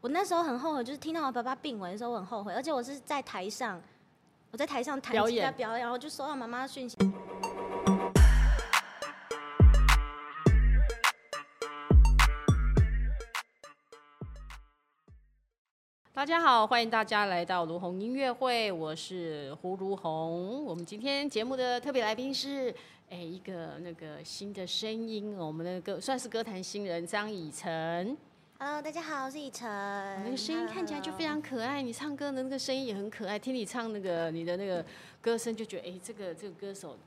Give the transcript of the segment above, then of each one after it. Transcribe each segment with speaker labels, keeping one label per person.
Speaker 1: 我那时候很后悔，就是听到我爸爸病危的时候，我很后悔，而且我是在台上，我在台上弹
Speaker 2: 表
Speaker 1: 吉他
Speaker 2: 演
Speaker 1: 表演，然后就收到妈妈的讯息。
Speaker 2: 大家好，欢迎大家来到卢红音乐会，我是胡卢红。我们今天节目的特别来宾是，哎，一个那个新的声音，我们的歌算是歌坛新人张以诚。
Speaker 1: Hello，大家好，我是以晨。
Speaker 2: 哦那个声音看起来就非常可爱，你唱歌的那个声音也很可爱，听你唱那个你的那个歌声就觉得，哎、这个这个歌手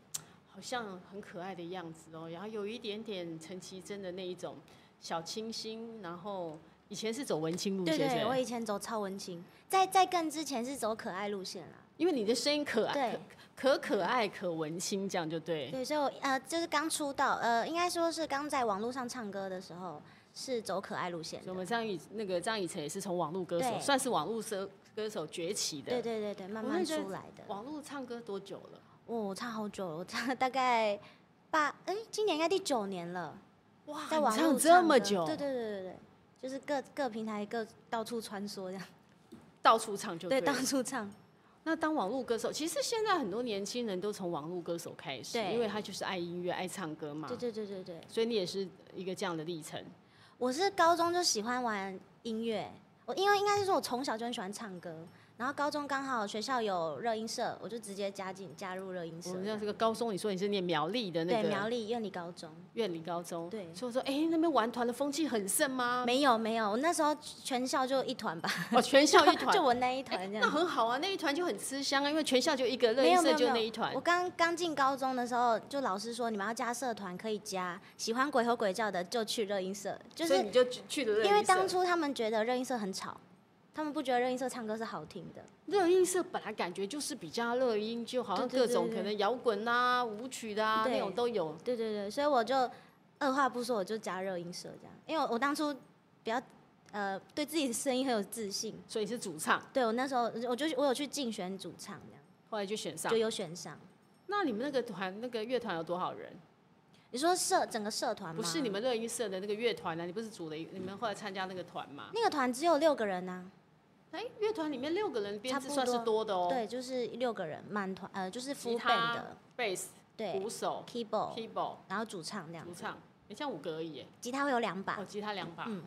Speaker 2: 好像很可爱的样子哦，然后有一点点陈绮贞的那一种小清新，然后以前是走文青路
Speaker 1: 对
Speaker 2: 线，是不
Speaker 1: 对，
Speaker 2: 是
Speaker 1: 我以前走超文青，在在更之前是走可爱路线啦。
Speaker 2: 因为你的声音可爱
Speaker 1: 对，
Speaker 2: 可可可爱可文青，这样就对。
Speaker 1: 对，所以我呃，就是刚出道，呃，应该说是刚在网络上唱歌的时候是走可爱路线
Speaker 2: 所以我
Speaker 1: 的。
Speaker 2: 们张宇那个张以诚也是从网络歌手，
Speaker 1: 对
Speaker 2: 算是网络歌歌手崛起的。
Speaker 1: 对对对对，慢
Speaker 2: 我
Speaker 1: 慢
Speaker 2: 会觉得
Speaker 1: 出来的。
Speaker 2: 网络唱歌多久了？
Speaker 1: 哦，我唱好久了，我唱 大概八，哎、今年应该第九年了，
Speaker 2: 哇
Speaker 1: 在网
Speaker 2: 啊你
Speaker 1: 络上
Speaker 2: 唱这么久，
Speaker 1: 对对对对对，就是各各平台各到处穿梭这样，
Speaker 2: 到处唱就
Speaker 1: 对，
Speaker 2: 了
Speaker 1: 到处唱，
Speaker 2: 那当网络歌手，其实现在很多年轻人都从网络歌手开始，
Speaker 1: 对
Speaker 2: 因为他就是爱音乐、爱唱歌嘛
Speaker 1: 对。对对对对，
Speaker 2: 所以你也是一个这样的历程。
Speaker 1: 我是高中就喜欢玩音乐，我因为应该是说我从小就很喜欢唱歌，然后高中刚好学校有热音社，我就直接加进加入热音社
Speaker 2: 我们
Speaker 1: 这
Speaker 2: 像
Speaker 1: 样，
Speaker 2: 这个高中，你说你是念苗栗的那
Speaker 1: 对，苗
Speaker 2: 个
Speaker 1: 栗院里高中。
Speaker 2: 院里高中，
Speaker 1: 对
Speaker 2: 所以我说，哎、那边玩团的风气很盛吗？
Speaker 1: 没有没有，我那时候全校就一团吧，
Speaker 2: 哦，全校一 团
Speaker 1: 就，我那一团这样
Speaker 2: 那。很好啊，那一团就很吃香啊，因为全校就一个，
Speaker 1: 嗯
Speaker 2: 乐
Speaker 1: 没
Speaker 2: 音
Speaker 1: 有没
Speaker 2: 社
Speaker 1: 有
Speaker 2: 就那
Speaker 1: 没有
Speaker 2: 一团
Speaker 1: 我。刚刚进高中的时候，就老师说你们要加社团可以加，喜欢鬼吼鬼叫的就去热音社，就
Speaker 2: 所以
Speaker 1: 是
Speaker 2: 你就去去了乐音社。
Speaker 1: 因为当初他们觉得热音社很吵，他们不觉得热音社唱歌是好听的。
Speaker 2: 乐音社本来感觉就是比较乐音，就好像
Speaker 1: 对
Speaker 2: 各
Speaker 1: 对
Speaker 2: 种
Speaker 1: 对
Speaker 2: 可
Speaker 1: 对
Speaker 2: 能摇滚啊、舞曲的啊
Speaker 1: 对
Speaker 2: 那种都有。
Speaker 1: 对对对，所以我就二话不说我就加热音社这样，因为我我当初比较呃对自己的声音很有自信，
Speaker 2: 所以是主唱，
Speaker 1: 对我那时候我就我有去竞选主唱这样，
Speaker 2: 后来就选上
Speaker 1: 就。有选上。
Speaker 2: 那你们那个团、那个乐团有多少人？
Speaker 1: 你说社整个社团吗？
Speaker 2: 不是你们乐音社的那个乐团啊，你不是组了一，你们后来参加那个团嘛？
Speaker 1: 那个团只有六个人啊呐、
Speaker 2: 哎、乐团里面六个人编制
Speaker 1: 差不
Speaker 2: 算是
Speaker 1: 多
Speaker 2: 多的哦。
Speaker 1: 对，就是六个人满团，呃，就是
Speaker 2: 吉
Speaker 1: full
Speaker 2: 他
Speaker 1: band 的，
Speaker 2: ，bass，
Speaker 1: 对哦
Speaker 2: 鼓手
Speaker 1: ，keyboard，
Speaker 2: ，keyboard，
Speaker 1: 然后主唱这样
Speaker 2: 主
Speaker 1: 子，
Speaker 2: 唱，你像五个而已耶，
Speaker 1: 吉他会有两把
Speaker 2: 哦，，吉他两把。
Speaker 1: 嗯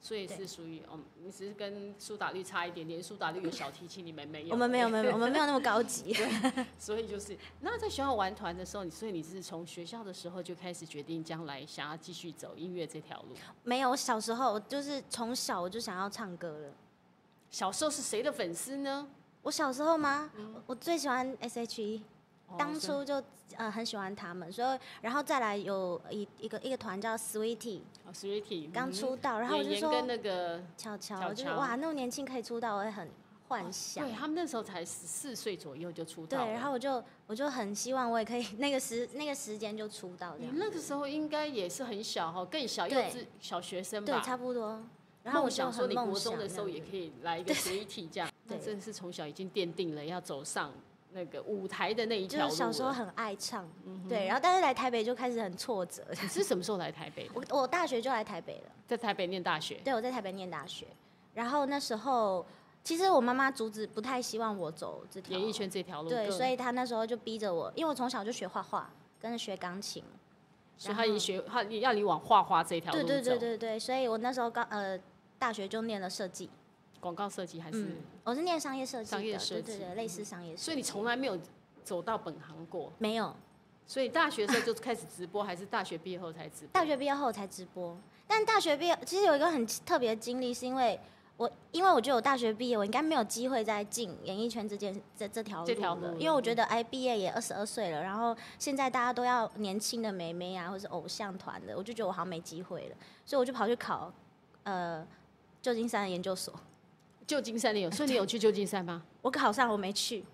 Speaker 2: 所以是属于，哦，你只是跟苏打绿差一点点，苏打绿有小提琴，你们没有。
Speaker 1: 我们没有，没有，我们没有那么高 级。
Speaker 2: 所以就是，那在学校玩团的时候，你所以你是从学校的时候就开始决定将来想要继续走音乐这条路。
Speaker 1: 没有，我小时候我就是从小我就想要唱歌了。
Speaker 2: 小时候是谁的粉丝呢？
Speaker 1: 我小时候吗？我我最喜欢 S.H.E，
Speaker 2: 嗯哦
Speaker 1: 当
Speaker 2: 所以
Speaker 1: 初就呃很喜欢他们，所以然后再来有一一个一个团叫 Sweetie，
Speaker 2: 哦 s w e e t i
Speaker 1: 刚出道，然后我就
Speaker 2: 演员跟
Speaker 1: 说
Speaker 2: 那个
Speaker 1: 巧巧，
Speaker 2: 巧
Speaker 1: 我就
Speaker 2: 巧哦
Speaker 1: 是哇，那么年轻可以出道，我也很幻想
Speaker 2: 对。他们那时候才十四岁左右就出
Speaker 1: 对
Speaker 2: 道了，，
Speaker 1: 然后我就我就很希望我也可以那个时那个时间就出道这
Speaker 2: 你
Speaker 1: 样，
Speaker 2: 那个时候应该也是很小哈，更小幼
Speaker 1: 对
Speaker 2: 稚小学生
Speaker 1: 对，
Speaker 2: 嗯吧。
Speaker 1: 差不多。然后我
Speaker 2: 梦
Speaker 1: 就
Speaker 2: 想说
Speaker 1: 很
Speaker 2: 你
Speaker 1: 梦
Speaker 2: 国
Speaker 1: 想
Speaker 2: 中的
Speaker 1: 这
Speaker 2: 时候
Speaker 1: 样
Speaker 2: 也
Speaker 1: 子
Speaker 2: 可以来一个实体这样，那
Speaker 1: 对
Speaker 2: 真的是从小已经奠定了要走上那个舞台的那一条
Speaker 1: 就
Speaker 2: 路
Speaker 1: 是小时候
Speaker 2: 了嗯
Speaker 1: 很爱唱，对，然后但是来台北就开始很挫折。
Speaker 2: 你是什么时候来台北的？
Speaker 1: 我我大学就来台北了，
Speaker 2: 在台北念大学。
Speaker 1: 对我在台北念大学，然后那时候其实我妈妈阻止，不太希望我走这条
Speaker 2: 演艺，圈这条路更，
Speaker 1: 对，所
Speaker 2: 以
Speaker 1: 以她那时候就逼着我，因为我从小就学画画，跟着学钢琴，
Speaker 2: 所以他已经学，他要你往画画这条路
Speaker 1: 对
Speaker 2: 走，
Speaker 1: 对对对对，所以我那时候刚呃大学就念了设计，
Speaker 2: 广告设计还是，
Speaker 1: 嗯，我是念商业设计的，
Speaker 2: 商业设
Speaker 1: 对对
Speaker 2: 计
Speaker 1: 对，类似商业设计，
Speaker 2: 所以你从来没有走到本行过，
Speaker 1: 没有
Speaker 2: 所以大学的时候就开始直播，还是大学毕业后才直播？
Speaker 1: 大学毕业后才直播，但大学毕业其实有一个很特别的经历，是因为我因为我觉得我大学毕业，我应该没有机会再进演艺圈这件这这条
Speaker 2: 这条
Speaker 1: 路
Speaker 2: 路
Speaker 1: 了
Speaker 2: 了，
Speaker 1: 因为我觉得哎，毕业也二十二岁了，然后现在大家都要年轻的妹妹啊，或是偶像团的，我就觉得我好像没机会了，所以我就跑去考呃旧金山的研究所，
Speaker 2: 旧金山你有，所以你有去旧金山吗？
Speaker 1: 我考上我没去，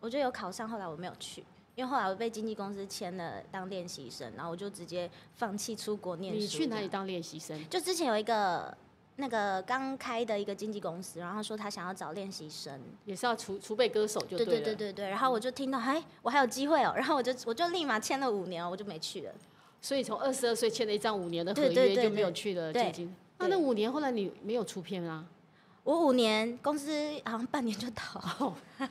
Speaker 1: 我就有考上，后来我没有去。因为后来我被经纪公司签了当练习生，然后我就直接放弃出国 念书。
Speaker 2: 你去哪
Speaker 1: 这样
Speaker 2: 里当练习生？
Speaker 1: 就之前有一个那个刚开的一个经纪公司，然后说他想要找练习生，
Speaker 2: 也是要储储备歌手就
Speaker 1: 对
Speaker 2: 对
Speaker 1: 对
Speaker 2: 了。嗯
Speaker 1: 对对对，然后我就听到，哎，我还有机会哦，然 后我就我就立马签了五年哦，我就没去了。
Speaker 2: 所以从二十二岁签了一张五年的合
Speaker 1: 对对
Speaker 2: 约，
Speaker 1: 对
Speaker 2: 就没有去了
Speaker 1: 对
Speaker 2: 旧金。那那五年后来你没有出片啊啦、
Speaker 1: 我五年公司好像半年就倒，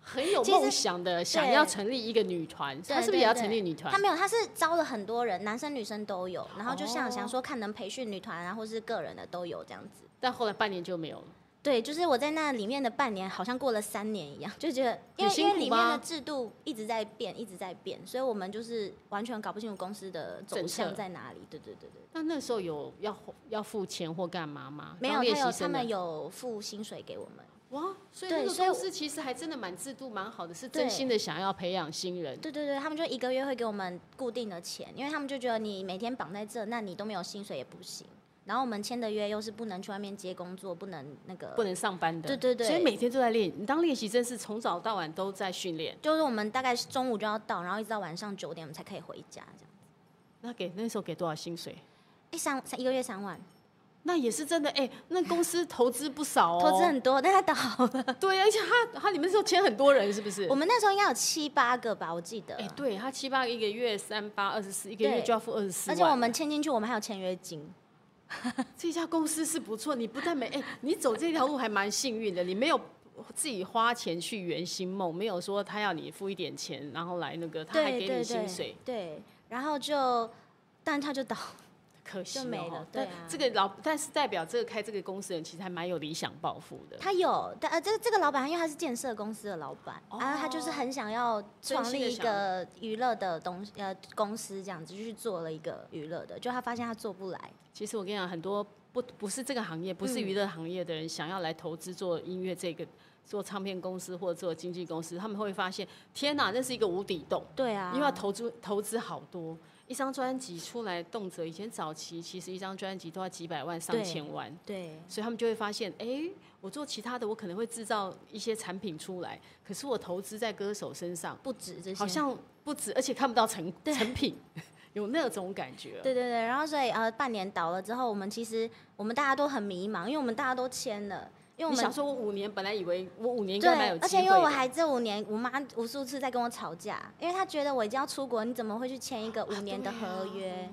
Speaker 2: 很有
Speaker 1: 其实
Speaker 2: 梦想的，想
Speaker 1: 对
Speaker 2: 要成立一个女团，她是不是也要成立女团
Speaker 1: 他？没有，他是招了很多人，男生女生都有，然后就
Speaker 2: 哦
Speaker 1: 想想说看能培训女团啊，或是个人的都有这样子。
Speaker 2: 但后来半年就没有了。
Speaker 1: 对，就是我在那里面的半年，好像过了三年一样，就觉得因为
Speaker 2: 很辛
Speaker 1: 因
Speaker 2: 苦
Speaker 1: 为里面
Speaker 2: 吗
Speaker 1: 的制度一直在变，一直在变，所以我们就是完全搞不清楚公司的走
Speaker 2: 政策
Speaker 1: 向在哪里。对对对对，
Speaker 2: 那那时候有要要付钱或干嘛吗？
Speaker 1: 没
Speaker 2: 当
Speaker 1: 有，
Speaker 2: 练
Speaker 1: 他有
Speaker 2: 习
Speaker 1: 他
Speaker 2: 生
Speaker 1: 们
Speaker 2: 的
Speaker 1: 有付薪水给我们。
Speaker 2: 哇，所以
Speaker 1: 对
Speaker 2: 那个
Speaker 1: 所以
Speaker 2: 公
Speaker 1: 我
Speaker 2: 司其实还真的蛮制度蛮好的，是
Speaker 1: 对
Speaker 2: 真心的想要培养新人。
Speaker 1: 对对对，他们就一个月会给我们固定的钱，因为他们就觉得你每天绑在这，那你都没有薪水也不行。然后我们签的约又是不能去外面接工作，不能那个，
Speaker 2: 不能上班的，
Speaker 1: 对对对
Speaker 2: 所以每天都在练。你当练习生是从早到晚都在训练。
Speaker 1: 就是我们大概是中午就要到，然后一直到晚上九点我们才可以回家这样。
Speaker 2: 那给那时候给多少薪水？
Speaker 1: 哎，三三一个月三万，
Speaker 2: 那也是真的哎、那公司投资不少哦，
Speaker 1: 投资很多，但他倒了。
Speaker 2: 对，而且他他里面是有签很多人，是不是
Speaker 1: 我？们那时候应该有七八个吧，我记得。
Speaker 2: 哎、对他七八一个月三八二十四，一个月
Speaker 1: 对
Speaker 2: 就要付二十四
Speaker 1: 而且我们签进去，我们还有签约金。
Speaker 2: 这家公司是不错，你不但没哎、你走这条路还蛮幸运的，你没有自己花钱去圆心梦，没有说他要你付一点钱，然后来那个他还
Speaker 1: 对
Speaker 2: 给你
Speaker 1: 对
Speaker 2: 薪
Speaker 1: 对
Speaker 2: 水，
Speaker 1: 对，然后就，但他就倒。
Speaker 2: 可惜、哦、
Speaker 1: 就没了对啊
Speaker 2: 但这个老，但是代表这个开这个公司的人其实还蛮有理想抱负的。
Speaker 1: 他有，但呃，这个这个老板，因为他是建设公司的老板，
Speaker 2: 哦
Speaker 1: 啊，他就是很想要创立一个娱乐的东西，呃，公司这样子，就去做了一个娱乐的，就他发现他做不来，
Speaker 2: 其实我跟你讲，很多不不是这个行业，不是娱乐行业的人，想要来投资做音乐这个，做唱片公司或者做经纪公司，他们会发现，天哪，那是一个无底洞，
Speaker 1: 对啊，
Speaker 2: 因为要投资投资好多。一张专辑出来，动辄以前早期其实一张专辑都要几百万、上
Speaker 1: 对
Speaker 2: 千万，
Speaker 1: 对
Speaker 2: 所以他们就会发现，哎、我做其他的，我可能会制造一些产品出来，可是我投资在歌手身上，
Speaker 1: 不止这些，
Speaker 2: 好像不止，而且看不到成成品，有那种感觉。
Speaker 1: 对对对，然后所以呃，半年倒了之后，我们其实我们大家都很迷茫，因为我们大家都签了，因为我
Speaker 2: 你想
Speaker 1: 们。
Speaker 2: 说，我五年本来以为我五年应该
Speaker 1: 对
Speaker 2: 蛮有，机
Speaker 1: 而
Speaker 2: 会的，
Speaker 1: 且因为我还这五年，我妈无数次在跟我吵架，因为她觉得我已经要出国，你怎么会去签一个五年的合约？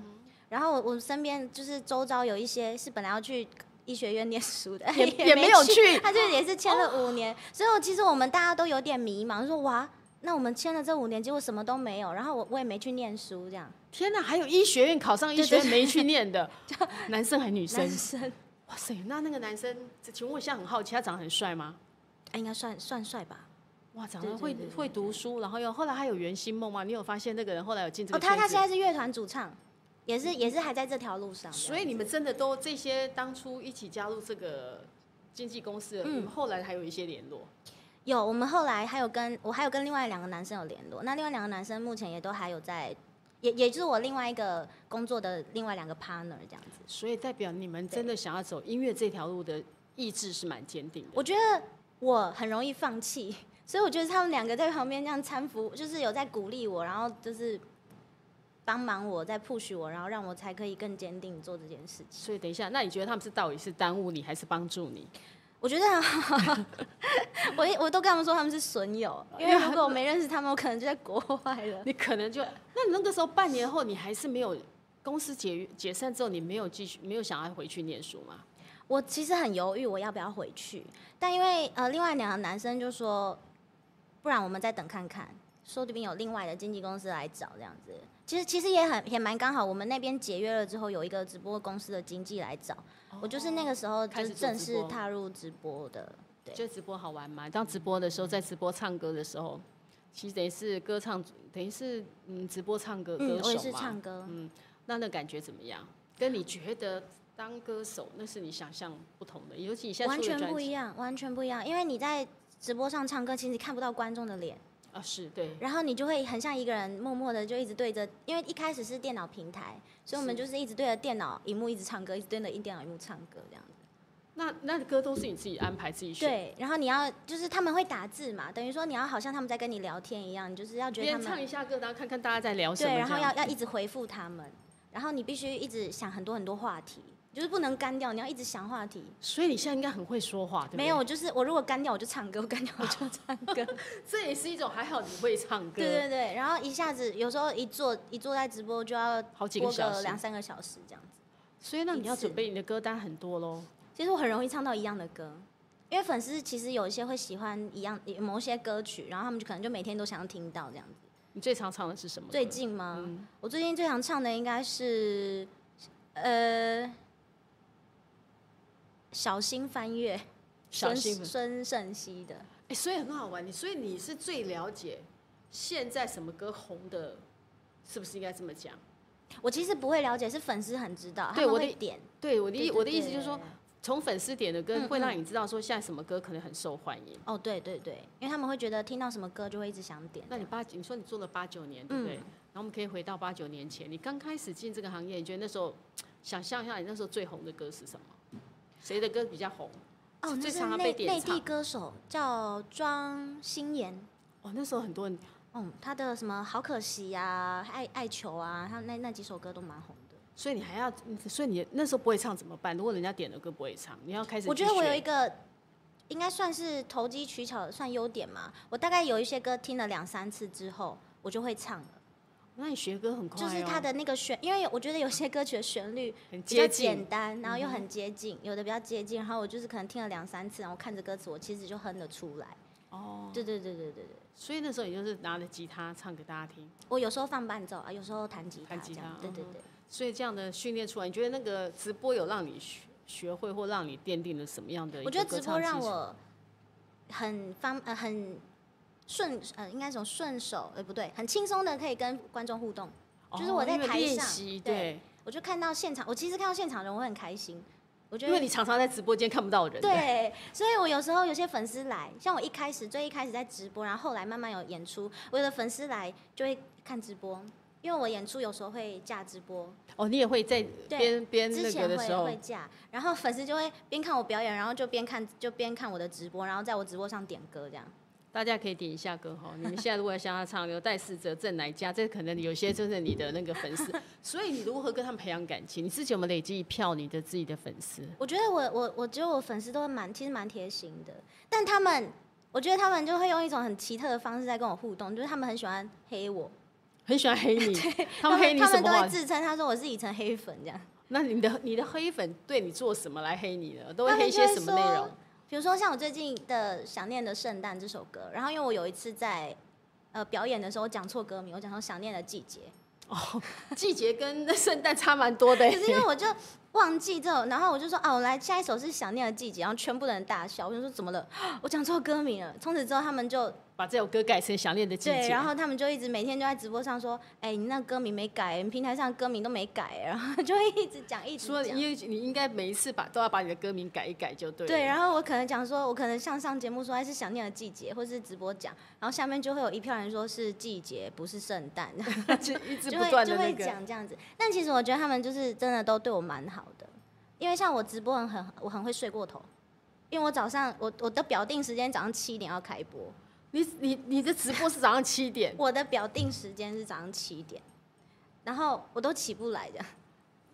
Speaker 1: 然后我我身边就是周遭有一些是本来要去医学院念书的，
Speaker 2: 也
Speaker 1: 也
Speaker 2: 也没有去哦
Speaker 1: 去，他就也是签了五年，所以我其实我们大家都有点迷茫，说哇，那我们签了这五年，结果什么都没有，然后我我也没去念书，这样
Speaker 2: 天哪，还有医学院考上医学院没去 念的，男生还女生
Speaker 1: 男？生
Speaker 2: 哇塞，那那个男生，请问我现在很好奇，他长得很帅吗？
Speaker 1: 哎应该算算帅吧？
Speaker 2: 哇，长
Speaker 1: 对
Speaker 2: 得
Speaker 1: 对
Speaker 2: 会
Speaker 1: 对对
Speaker 2: 会读书，然后又后来还有圆心梦吗？你有发现那个人后来有进这
Speaker 1: 哦，
Speaker 2: 个
Speaker 1: 他
Speaker 2: 圈
Speaker 1: 他
Speaker 2: 子？
Speaker 1: 现在是乐团主唱，也是也是还在这条路上，
Speaker 2: 所以你们真的都这些当初一起加入这个经纪公司的，
Speaker 1: 嗯
Speaker 2: 你们后来还有一些联络。
Speaker 1: 有，我们后来还有跟我还有跟另外两个男生有联络，那另外两个男生目前也都还有在，也也就是我另外一个工作的另外两个 partner 这样子。
Speaker 2: 所以代表你们真的想要走音乐这条路的意志是蛮坚定的。
Speaker 1: 我觉得我很容易放弃，所以我觉得他们两个在旁边这样搀扶，就是有在鼓励我，然后就是帮忙我，在 push 我，然后让我才可以更坚定做这件事情。
Speaker 2: 所以等一下，那你觉得他们是到底是耽误你还是帮助你？
Speaker 1: 我觉得 很好，我我都跟他们说他们是损友，因为如果我没认识他们，我可能就在国外 了。
Speaker 2: 你可能就，那你那个时候半年后，你还是没有公司解解散之后，你没有继续没有想要回去念书吗？
Speaker 1: 我其实很犹豫我要不要回去，但因为呃，另外两个男生就说，不然我们再等看看，说不定有另外的经纪公司来找这样子。其实其实也很也蛮刚好，我们那边解约了之后，有一个直播公司的经纪来找、我，就是那个时候
Speaker 2: 哦开
Speaker 1: 就
Speaker 2: 始
Speaker 1: 是
Speaker 2: 做
Speaker 1: 正
Speaker 2: 直
Speaker 1: 式
Speaker 2: 播
Speaker 1: 踏入直播的，对
Speaker 2: 觉得直播好玩吗？当直播的时候，在直播唱歌的时候，其实等于是歌唱，等于是嗯直播唱歌歌
Speaker 1: 嗯，我也
Speaker 2: 手
Speaker 1: 是
Speaker 2: 嘛。
Speaker 1: 唱歌，
Speaker 2: 那那感觉怎么样？跟你觉得当歌手那是你想象不同的，尤其你现在
Speaker 1: 完
Speaker 2: 出
Speaker 1: 全
Speaker 2: 的专
Speaker 1: 不一
Speaker 2: 辑
Speaker 1: 样，完全不一样，因为你在直播上唱歌，其实你看不到观众的脸。
Speaker 2: 啊，是对，
Speaker 1: 然后你就会很像一个人，默默的就一直对着，因为一开始是电脑平台，所以我们就是一直对着电脑荧幕一直唱歌，一直对着电脑荧幕唱歌这样子。
Speaker 2: 那那歌都是你自己安排自己选，
Speaker 1: 对，然后你要就是他们会打字嘛，等于说你要好像他们在跟你聊天一样，你就是要觉得他
Speaker 2: 边唱
Speaker 1: 们
Speaker 2: 一下歌，然后看看大家在聊什么这
Speaker 1: 对，
Speaker 2: 样，
Speaker 1: 然后要要一直回复他们，然后你必须一直想很多很多话题，就是不能干掉，你要一直想话题。
Speaker 2: 所以你现在应该很会说话，对不对？
Speaker 1: 没有，我就是我如果干掉我就唱歌，我干掉我就唱 歌。
Speaker 2: 这也是一种还好你会唱歌，
Speaker 1: 对对对，然后一下子有时候一坐一坐在直播就要
Speaker 2: 好几个
Speaker 1: 播
Speaker 2: 小
Speaker 1: 个
Speaker 2: 时
Speaker 1: 两三个小时这样子。
Speaker 2: 所以那你要
Speaker 1: 一次
Speaker 2: 准备你的歌单很多喽。
Speaker 1: 其实我很容易唱到一样的歌，因为粉丝其实有一些会喜欢一样某些歌曲，然后他们就可能就每天都想要听到这样子。
Speaker 2: 你最常唱的是什么歌？
Speaker 1: 最近吗？
Speaker 2: 哦嗯
Speaker 1: 我最近最想唱的应该是，呃，小心翻越，
Speaker 2: 小
Speaker 1: 孙
Speaker 2: 幸福。
Speaker 1: 孙盛熙的。
Speaker 2: 哎、所以很好玩。你所以你是最了解现在什么歌红的，是不是应该这么讲？
Speaker 1: 我其实不会了解，是粉丝很知道，
Speaker 2: 对
Speaker 1: 他们
Speaker 2: 我的
Speaker 1: 会点。
Speaker 2: 对，我的
Speaker 1: 对
Speaker 2: 意
Speaker 1: 对
Speaker 2: 我的意思
Speaker 1: 对嗯
Speaker 2: 就是说，从粉丝点的歌会让你知道说现在什么歌可能很受欢迎。
Speaker 1: 哦，对对对，因为他们会觉得听到什么歌就会一直想点。
Speaker 2: 那你八你说你做了八九年，对不
Speaker 1: 嗯
Speaker 2: 对？然后我们可以回到八九年前，你刚开始进这个行业，你觉得那时候想象一下，你那时候最红的歌是什么？谁的歌比较红？
Speaker 1: 哦，
Speaker 2: 最
Speaker 1: 那是
Speaker 2: 常常被
Speaker 1: 内
Speaker 2: 点
Speaker 1: 内
Speaker 2: 唱
Speaker 1: 地歌手叫庄心妍，
Speaker 2: 哦，那时候很多人
Speaker 1: 嗯，她的什么好可惜呀、爱爱球啊，她那那几首歌都蛮红的。
Speaker 2: 所以你还要，嗯所以你那时候不会唱怎么办？如果人家点的歌不会唱，你要开始去学。
Speaker 1: 我觉得我有一个，应该算是投机取巧，算优点嘛。我大概有一些歌听了两三次之后，我就会唱了，
Speaker 2: 那你学歌很快、
Speaker 1: 就
Speaker 2: 哦，
Speaker 1: 是它的那个旋，因为我觉得有些歌曲的旋律
Speaker 2: 很
Speaker 1: 比较
Speaker 2: 接
Speaker 1: 简
Speaker 2: 近。嗯
Speaker 1: 单，然后又很接近，有的比较接近，然后我就是可能听了两三次，然后看着歌词，我其实就哼得出来。
Speaker 2: 哦，
Speaker 1: 对对对对对对，
Speaker 2: 所以那时候你就是拿着吉他唱给大家听，
Speaker 1: 我有时候放伴奏啊，有时候弹吉他
Speaker 2: 弹吉
Speaker 1: 这样
Speaker 2: 他，
Speaker 1: 对对
Speaker 2: 嗯哼
Speaker 1: 对。
Speaker 2: 所以这样的训练出来，你觉得那个直播有让你学学会或让你奠定了什么样的一个
Speaker 1: 我
Speaker 2: 歌
Speaker 1: 觉得
Speaker 2: 唱技巧？
Speaker 1: 直播让我很方呃很顺呃应该怎么顺手呃不对，很轻松的可以跟观众互动。
Speaker 2: 哦
Speaker 1: 就是我在
Speaker 2: 因为
Speaker 1: 台
Speaker 2: 练
Speaker 1: 上
Speaker 2: 习，
Speaker 1: 对
Speaker 2: 对，
Speaker 1: 我就看到现场，我其实看到现场人我会很开心，我觉
Speaker 2: 因为
Speaker 1: 得。
Speaker 2: 你常常在直播间看不到人。，
Speaker 1: 对，所以我有时候有些粉丝来，像我一开始最一开始在直播，然后后来慢慢有演出，我有的粉丝来就会看直播，因为我演出有时候会架直播，
Speaker 2: 哦，你也会在边边
Speaker 1: 之
Speaker 2: 那
Speaker 1: 前
Speaker 2: 个
Speaker 1: 会
Speaker 2: 的时候
Speaker 1: 会，架，然后粉丝就会边看我表演，然后就边看就边看我的直播，然后在我直播上点歌这样。
Speaker 2: 大家可以点一下 歌哈。你们现在如果要向他唱，有戴世哲、郑乃佳，这可能有些就是你的那个 粉丝。所以你如何跟他们培养感情？你自己有没有累积一票你的自己的粉 丝？
Speaker 1: 我觉得我我我觉得我粉丝都蛮其实蛮贴心的，但他们我觉得他们就会用一种很奇特的方式在跟我互动，就是他们很喜欢黑我，
Speaker 2: 很喜欢黑你，他们黑
Speaker 1: 们
Speaker 2: 你
Speaker 1: 他
Speaker 2: 什
Speaker 1: 们
Speaker 2: 么
Speaker 1: 都
Speaker 2: 话
Speaker 1: 会？自称他说我是以成黑粉这样，
Speaker 2: 那你的你的黑粉对你做什么来黑你呢？都会
Speaker 1: 他们
Speaker 2: 黑一
Speaker 1: 就
Speaker 2: 些
Speaker 1: 会
Speaker 2: 什么内容
Speaker 1: 说？比如说像我最近的《想念的圣诞》这首歌，然后因为我有一次在呃表演的时候讲错歌名，我讲成《想念的季节》，
Speaker 2: 季节跟那圣诞差蛮多的
Speaker 1: 可。是因为我就忘记这种，然后我就说哦，我来下一首是《想念的季节》，然后全部的人大笑，我就说怎么了？ 我讲错歌名了。从此之后他们就
Speaker 2: 把这首歌改成《想念的季节
Speaker 1: 对，》，然后他们就一直每天就在直播上说：“哎、你那歌名没改，你平台上歌名都没改。”然后就会一直讲，一直
Speaker 2: 说
Speaker 1: 讲。
Speaker 2: 因为你应该每一次把都要把你的歌名改一改就对了。
Speaker 1: 对，然后我可能讲说，我可能像上节目说，哎，是想念的季节，或是直播讲，然后下面就会有一票人说是季节，不是圣诞，
Speaker 2: 后就一直
Speaker 1: 就
Speaker 2: 不
Speaker 1: 会
Speaker 2: 断
Speaker 1: 就
Speaker 2: 的那
Speaker 1: 会
Speaker 2: 个。
Speaker 1: 讲这样子。但其实我觉得他们就是真的都对我蛮好的，因为像我直播很很我很会睡过头，因为我早上我我的表定时间早上七点要开播，
Speaker 2: 你你你的直播是早上七点，
Speaker 1: 我的表定时间是早上七点，然后我都起不来的。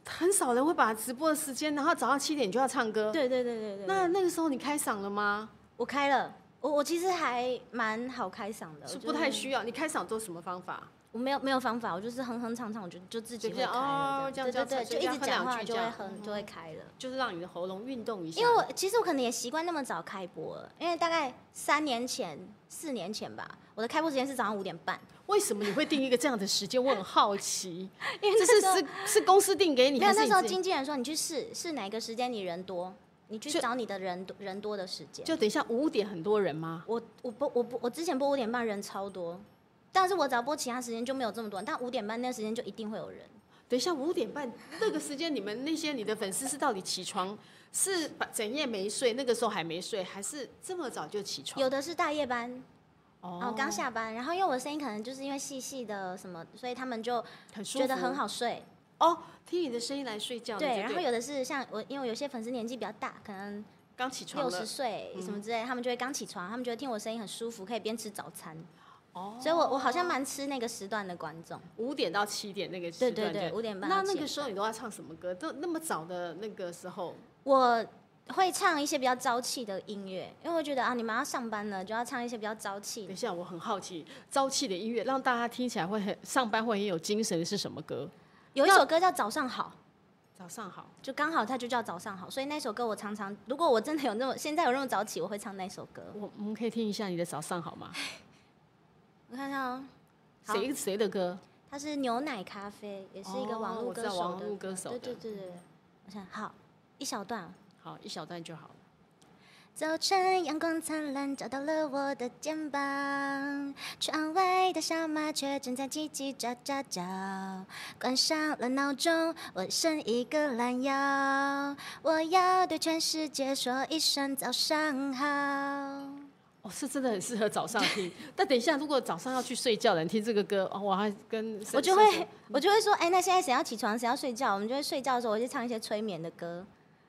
Speaker 2: 很少人会把直播的时间，然后早上七点就要唱歌。
Speaker 1: 对对对对对。
Speaker 2: 那那个时候你开嗓了吗？
Speaker 1: 我开了，我我其实还蛮好开嗓的，
Speaker 2: 是
Speaker 1: 呃我
Speaker 2: 不
Speaker 1: 就
Speaker 2: 太需要。你开嗓做什么方法？
Speaker 1: 我没有没有方法，我就是哼哼唱唱，我就就自己
Speaker 2: 就
Speaker 1: 会
Speaker 2: 这
Speaker 1: 开
Speaker 2: 样
Speaker 1: 了
Speaker 2: 哦
Speaker 1: 这样，
Speaker 2: 这样
Speaker 1: 对对
Speaker 2: 这
Speaker 1: 对，
Speaker 2: 样
Speaker 1: 就一直
Speaker 2: 这样
Speaker 1: 讲
Speaker 2: 哼啊
Speaker 1: 话
Speaker 2: 两句
Speaker 1: 就
Speaker 2: 这
Speaker 1: 会
Speaker 2: 样
Speaker 1: 哼就会开了。
Speaker 2: 就是让你的喉咙运动一下。
Speaker 1: 因为我其实我可能也习惯那么早开播了，因为大概三年前、四年前吧，我的开播时间是早上五点半，
Speaker 2: 为什么你会定一个这样的时间？我很好奇，
Speaker 1: 因为
Speaker 2: 这
Speaker 1: 那
Speaker 2: 是
Speaker 1: 时候
Speaker 2: 是是公司定给你，
Speaker 1: 没有
Speaker 2: 还是
Speaker 1: 那
Speaker 2: 你
Speaker 1: 时候
Speaker 2: 自己
Speaker 1: 经纪人说你去试试哪个时间你人多，你去
Speaker 2: 就
Speaker 1: 找你的人多人多的时间。
Speaker 2: 就等一下五点很多人吗？
Speaker 1: 我我播我播我之前播五点半人超多，但是我只要播其他时间就没有这么多人，但五点半那时间就一定会有人。
Speaker 2: 等一下五点半那个时间，你们那些你的粉丝是到底起床是把整夜没睡，那个时候还没睡，还是这么早就起床？
Speaker 1: 有的是大夜班，哦
Speaker 2: 哦，
Speaker 1: 刚下班，然后因为我的声音可能就是因为细细的什么，所以他们就
Speaker 2: 很舒服，
Speaker 1: 觉得很好睡。
Speaker 2: 哦，听你的声音来睡觉。你
Speaker 1: 对，
Speaker 2: 就
Speaker 1: 然后有的是像我，因为有些粉丝年纪比较大，可能
Speaker 2: 刚起床
Speaker 1: 六十
Speaker 2: 了，嗯
Speaker 1: 岁什么之类，他们就会刚起床，他们觉得听我声音很舒服，可以边吃早餐。
Speaker 2: 哦，
Speaker 1: 所以我我好像蛮吃那个时段的观众。
Speaker 2: 五点到七点那个时
Speaker 1: 对
Speaker 2: 段
Speaker 1: 对对，
Speaker 2: 就
Speaker 1: 五点半
Speaker 2: 那
Speaker 1: 到
Speaker 2: 那
Speaker 1: 七
Speaker 2: 个
Speaker 1: 点。
Speaker 2: 时候你都要唱什么歌？都那么早的那个时候，
Speaker 1: 我会唱一些比较朝气的音乐，因为我觉得啊，你们要上班了，就要唱一些比较朝气
Speaker 2: 等
Speaker 1: 的
Speaker 2: 一。下我很好奇，朝气的音乐让大家听起来会很上班会很有精神的是什么歌？
Speaker 1: 有一首歌叫《早上好》，
Speaker 2: 早上好，
Speaker 1: 就刚好它就叫早上好，所以那首歌我常常，如果我真的有那么现在有那么早起，我会唱那首歌。
Speaker 2: 我我们可以听一下你的早上好吗？
Speaker 1: 我看看哦，好
Speaker 2: 谁谁的歌？
Speaker 1: 它是牛奶咖啡，也是一个
Speaker 2: 哦
Speaker 1: 网络
Speaker 2: 我知
Speaker 1: 歌
Speaker 2: 道
Speaker 1: 手
Speaker 2: 网
Speaker 1: 的
Speaker 2: 络
Speaker 1: 歌，
Speaker 2: 歌手
Speaker 1: 对
Speaker 2: 的
Speaker 1: 对对对。对我想好一小段，
Speaker 2: 好，一小段就好了。
Speaker 1: 早晨阳光灿烂，照到了我的肩膀。窗外的小麻雀正在叽叽喳喳叫。关上了闹钟，我伸一个懒腰。我要对全世界说一声早上好。
Speaker 2: 哦，是真的很适合早上 听。但等一下，如果早上要去睡觉的人听这个歌，哦，我还跟
Speaker 1: 我就会我就会说，哎、那现在谁要起床，谁要睡觉？我们就会睡觉的时候，我就唱一些催眠的歌。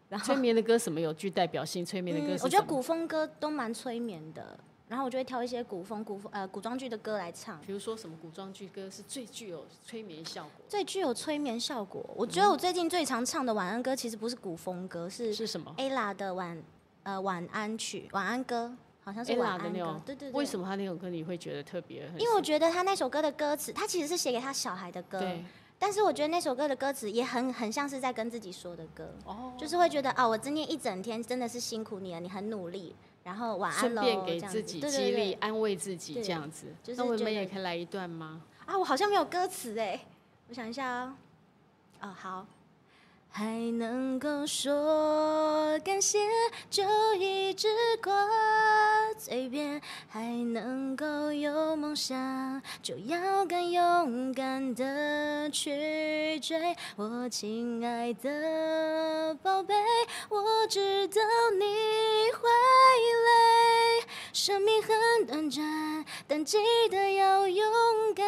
Speaker 1: 然后
Speaker 2: 催眠的歌什么有具代表性？催眠的歌
Speaker 1: 嗯
Speaker 2: 是什么、
Speaker 1: 我觉得古风歌都蛮催眠的，然后我就会挑一些古风、古风呃古装剧的歌来唱，
Speaker 2: 比如说什么古装剧歌是最具有催眠效果
Speaker 1: 最具有催眠效果。我觉得我最近最常唱的晚安歌其实不是古风歌，
Speaker 2: 的，
Speaker 1: 是
Speaker 2: 嗯是什么
Speaker 1: ella 的晚呃晚安曲、晚安歌，好像是晚
Speaker 2: Ella 的
Speaker 1: 安
Speaker 2: 那
Speaker 1: 歌
Speaker 2: 种。
Speaker 1: 对对对。
Speaker 2: 为什
Speaker 1: 么？
Speaker 2: 么他那首歌你会觉得特别？
Speaker 1: 因为我觉得他那首歌的歌词，他其实是写给他小孩的歌，
Speaker 2: 对
Speaker 1: 但是我觉得那首歌的歌词也很很像是在跟自己说的歌。
Speaker 2: 哦，
Speaker 1: 就是会觉得啊、我今天一整天真的是辛苦你了，你很努力，然后晚安
Speaker 2: 顺
Speaker 1: 喽，
Speaker 2: 便
Speaker 1: 这
Speaker 2: 给
Speaker 1: 样
Speaker 2: 自
Speaker 1: 子
Speaker 2: 己
Speaker 1: 对
Speaker 2: 激
Speaker 1: 对
Speaker 2: 励、
Speaker 1: 对
Speaker 2: 安慰自己
Speaker 1: 对
Speaker 2: 这样子。
Speaker 1: 就是
Speaker 2: 那我
Speaker 1: 觉
Speaker 2: 们
Speaker 1: 得
Speaker 2: 也可以来一段吗？
Speaker 1: 啊，我好像没有歌词哎，我想一下哦，哦好，还能够说感谢就一直挂嘴边，还能够有梦想就要更勇敢的去追，我亲爱的宝贝，我知道你会累，生命很短暂，但记得要勇敢。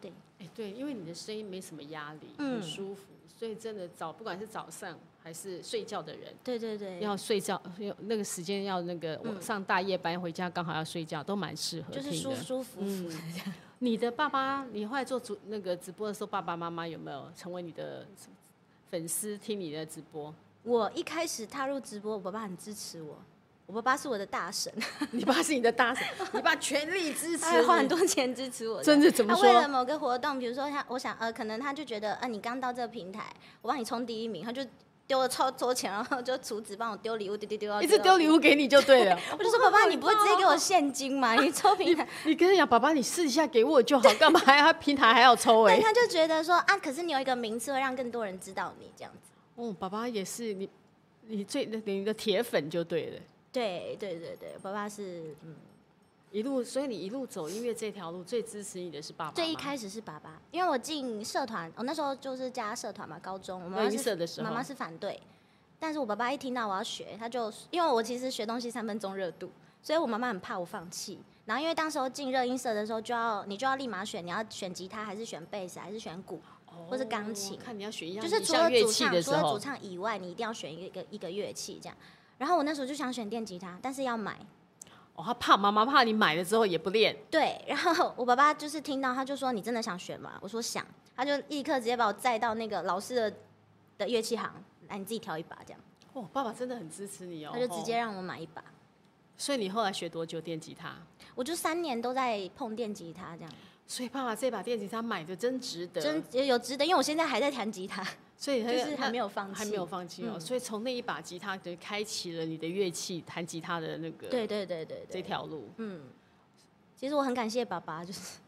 Speaker 1: 对，
Speaker 2: 哎，对，因为你的声音没什么压力，很
Speaker 1: 嗯
Speaker 2: 舒服，所以真的早不管是早上还是睡觉的人。
Speaker 1: 对对对，
Speaker 2: 要睡觉，要那个时间要那个，我上大夜班回家刚好要睡觉，都蛮适合
Speaker 1: 就是
Speaker 2: 听
Speaker 1: 舒
Speaker 2: 的嗯
Speaker 1: 舒服服的这样。
Speaker 2: 你的爸爸，你后来做主那个直播的时候，爸爸妈妈有没有成为你的粉丝，听你的直播？
Speaker 1: 我一开始踏入直播，我爸爸很支持我，我爸爸是我的大神，
Speaker 2: 你爸是你的大神，你爸全力支持
Speaker 1: 他会花很
Speaker 2: 你，
Speaker 1: 多钱支持我的。
Speaker 2: 真的怎么
Speaker 1: 他
Speaker 2: 说？
Speaker 1: 为了某个活动，比如说他，我想呃，可能他就觉得，呃，你刚到这个平台，我帮你冲第一名，他就丢了超多钱，然后就厨子帮我丢礼物，丢丢丢，
Speaker 2: 一直丢礼物给你就对 了。
Speaker 1: 我就说爸爸，你不会直接给我现金吗？你抽平台，
Speaker 2: 你跟他讲，爸爸，你试一下给我就好，干嘛还要平台还要抽、
Speaker 1: 但
Speaker 2: 哎，
Speaker 1: 他就觉得说啊，可是你有一个名次会让更多人知道你这样子。
Speaker 2: 哦，爸爸也是你，你最你的铁粉就对了。
Speaker 1: 对对对对，爸爸是嗯，
Speaker 2: 一路，所以你一路走音乐这条路，最支持你的是爸爸吗。
Speaker 1: 最一开始是爸爸，因为我进社团，我那时候就是加社团嘛，高中我妈
Speaker 2: 乐
Speaker 1: 妈
Speaker 2: 音
Speaker 1: 是
Speaker 2: 社的时候，
Speaker 1: 妈妈是反对，但是我爸爸一听到我要学，他就因为我其实学东西三分钟热度，所以我妈妈很怕我放弃。然后因为当时候进热音社的时候，就要你就要立马选，你要选吉他还是选贝斯还是选鼓，
Speaker 2: 哦
Speaker 1: 或是钢琴
Speaker 2: 看你要选一样，
Speaker 1: 就是
Speaker 2: 你
Speaker 1: 除
Speaker 2: 像
Speaker 1: 了
Speaker 2: 乐
Speaker 1: 主
Speaker 2: 器的
Speaker 1: 唱，除
Speaker 2: 时
Speaker 1: 了主
Speaker 2: 候，
Speaker 1: 唱以外，你一定要选一个一个乐器这样。然后我那时候就想选电吉他，但是要买。
Speaker 2: 哦，他怕妈妈怕你买了之后也不练，
Speaker 1: 对，然后我爸爸就是听到，他就说：“你真的想学吗？”我说：“想。”他就立刻直接把我载到那个老师的的乐器行，来你自己挑一把这样。
Speaker 2: 哦，爸爸真的很支持你哦，
Speaker 1: 他就直接
Speaker 2: 哦。
Speaker 1: 让我买一把，
Speaker 2: 所以你后来学多久电吉他？
Speaker 1: 我就三年都在碰电吉他这样，
Speaker 2: 所以爸爸这把电吉他买的真值得，
Speaker 1: 真有有值得，因为我现在还在弹吉 他，
Speaker 2: 所以他
Speaker 1: 就是还没
Speaker 2: 有
Speaker 1: 有放弃，
Speaker 2: 还没有放弃哦。
Speaker 1: 嗯
Speaker 2: 所以从那一把吉他，就开启了你的乐器弹吉他的那个
Speaker 1: 对对对对
Speaker 2: 这
Speaker 1: 对，
Speaker 2: 条路。
Speaker 1: 嗯，其实我很感谢爸爸，就是